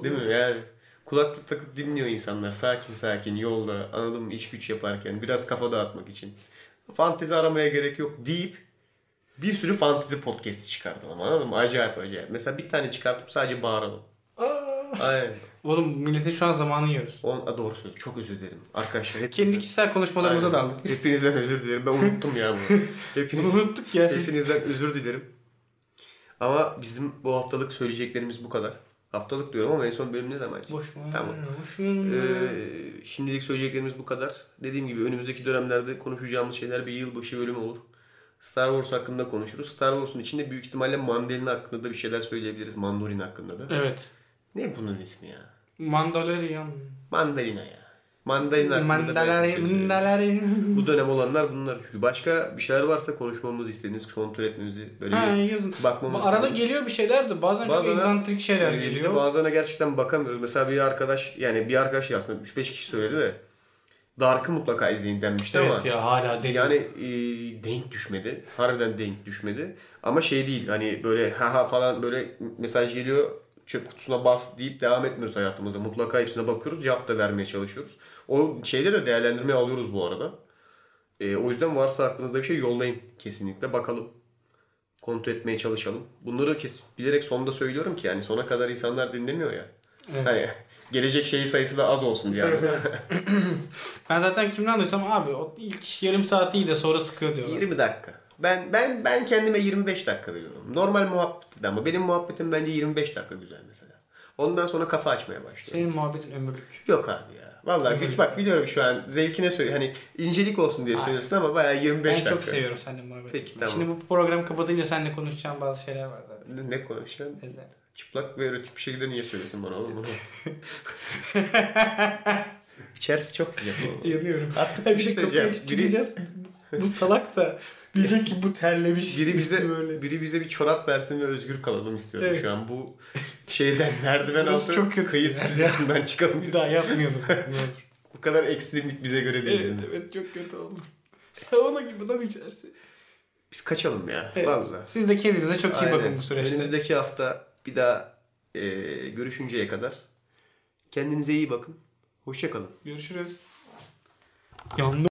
Speaker 1: Değil mi? Yani kulaklık takıp dinliyor insanlar. Sakin sakin yolda anladın mı? iş güç yaparken biraz kafa dağıtmak için. Fantezi aramaya gerek yok deyip bir sürü fantezi podcast'i çıkartalım anladın mı? Acayip acayip. Mesela bir tane çıkartıp sadece bağıralım.
Speaker 2: Aa!
Speaker 1: Aynen.
Speaker 2: Oğlum milletin şu an zamanı yiyoruz.
Speaker 1: On, a, doğru söylüyorum. Çok özür dilerim. Arkadaşlar hep
Speaker 2: Kendi kişisel konuşmalarımıza
Speaker 1: Aynen.
Speaker 2: daldık biz.
Speaker 1: Hepinizden özür dilerim. Ben unuttum ya bunu.
Speaker 2: Bunu
Speaker 1: Hepiniz,
Speaker 2: unuttuk ya siz.
Speaker 1: hepinizden özür dilerim. Ama bizim bu haftalık söyleyeceklerimiz bu kadar. Haftalık diyorum ama en son bölüm ne zaman?
Speaker 2: Boş mu?
Speaker 1: Tamam.
Speaker 2: Boş mu?
Speaker 1: Ee,
Speaker 2: Hmm.
Speaker 1: şimdilik söyleyeceklerimiz bu kadar. Dediğim gibi önümüzdeki dönemlerde konuşacağımız şeyler bir yılbaşı bölümü olur. Star Wars hakkında konuşuruz. Star Wars'un içinde büyük ihtimalle Mandalin hakkında da bir şeyler söyleyebiliriz. Mandorin hakkında da.
Speaker 2: Evet.
Speaker 1: Ne bunun ismi ya?
Speaker 2: Mandalorian.
Speaker 1: Mandalina ya. Mandalin hakkında belki bir şey
Speaker 2: Mandalorian.
Speaker 1: söyleriz.
Speaker 2: Mandalorian.
Speaker 1: Bu dönem olanlar bunlar. Çünkü başka bir şeyler varsa konuşmamızı istediğiniz, kontrol etmemizi böyle
Speaker 2: Ha
Speaker 1: bir
Speaker 2: yazın.
Speaker 1: bakmamız
Speaker 2: Bu arada
Speaker 1: lazım.
Speaker 2: geliyor bir şeyler de bazen,
Speaker 1: Bazen-
Speaker 2: çok egzantrik şeyler
Speaker 1: Ee, bir de
Speaker 2: geliyor.
Speaker 1: Bazılarına gerçekten bakamıyoruz. Mesela bir arkadaş yani bir arkadaş ya aslında 3-5 kişi söyledi de Dark'ı mutlaka izleyin denmişti ama
Speaker 2: ya hala deli.
Speaker 1: şey yani e, denk düşmedi. Harbiden denk düşmedi. Ama şey değil hani böyle ha ha falan böyle mesaj geliyor çöp kutusuna bas deyip devam etmiyoruz hayatımıza. Mutlaka hepsine bakıyoruz. Cevap da vermeye çalışıyoruz. O şeyleri de değerlendirmeye alıyoruz bu arada. E, o yüzden varsa aklınızda bir şey yollayın kesinlikle. Bakalım. Kontrol etmeye çalışalım. Bunları kes bilerek sonda söylüyorum ki yani sona kadar insanlar dinlemiyor ya.
Speaker 2: Evet.
Speaker 1: Hani gelecek şeyi sayısı da az olsun diye.
Speaker 2: Tabii, tabii. ben zaten kimden duysam abi o ilk yarım saati iyi de sonra sıkıyor diyorlar.
Speaker 1: 20 dakika. Ben ben ben kendime 25 dakika veriyorum. Normal muhabbet ama benim muhabbetim bence 25 dakika güzel mesela. Ondan sonra kafa açmaya başlıyor.
Speaker 2: Senin muhabbetin ömürlük.
Speaker 1: Yok abi ya. Vallahi güç bak biliyorum şu an zevkine söyle hani incelik olsun diye söylüyorsun ama bayağı 25
Speaker 2: Ben
Speaker 1: dakika.
Speaker 2: çok seviyorum seninle muhabbeti.
Speaker 1: Peki, tamam.
Speaker 2: Şimdi bu program kapatınca seninle konuşacağım bazı şeyler var zaten.
Speaker 1: Ne ne konuşuyorsun?
Speaker 2: Ezel.
Speaker 1: Çıplak ve erotik bir şekilde niye söylüyorsun bana oğlum bunu? İçerisi çok sıcak oğlum.
Speaker 2: Yanıyorum.
Speaker 1: Artık
Speaker 2: bir
Speaker 1: bir
Speaker 2: şey
Speaker 1: şey
Speaker 2: kapıyı
Speaker 1: diyeceğim.
Speaker 2: açıp
Speaker 1: Biri-
Speaker 2: gideceğiz. Bu salak da diyecek ki bu terlemiş.
Speaker 1: Biri bize
Speaker 2: üstü böyle.
Speaker 1: biri bize bir çorap versin ve özgür kalalım istiyorum
Speaker 2: Evet.
Speaker 1: şu an. Bu şeyden merdiven
Speaker 2: Burası
Speaker 1: altı
Speaker 2: çok kötü
Speaker 1: kayıt
Speaker 2: ya.
Speaker 1: stüdyosundan çıkalım.
Speaker 2: Bir daha yapmayalım. ne olur.
Speaker 1: Bu kadar ekstremlik bize göre değil.
Speaker 2: evet evet çok kötü oldu. Sauna gibi lan içerisi.
Speaker 1: Biz kaçalım ya.
Speaker 2: Evet.
Speaker 1: Valla.
Speaker 2: Siz de kendinize çok iyi
Speaker 1: Aynen.
Speaker 2: bakın bu süreçte.
Speaker 1: Önümüzdeki hafta bir daha e, görüşünceye kadar kendinize iyi bakın. Hoşçakalın.
Speaker 2: Görüşürüz. Yandı.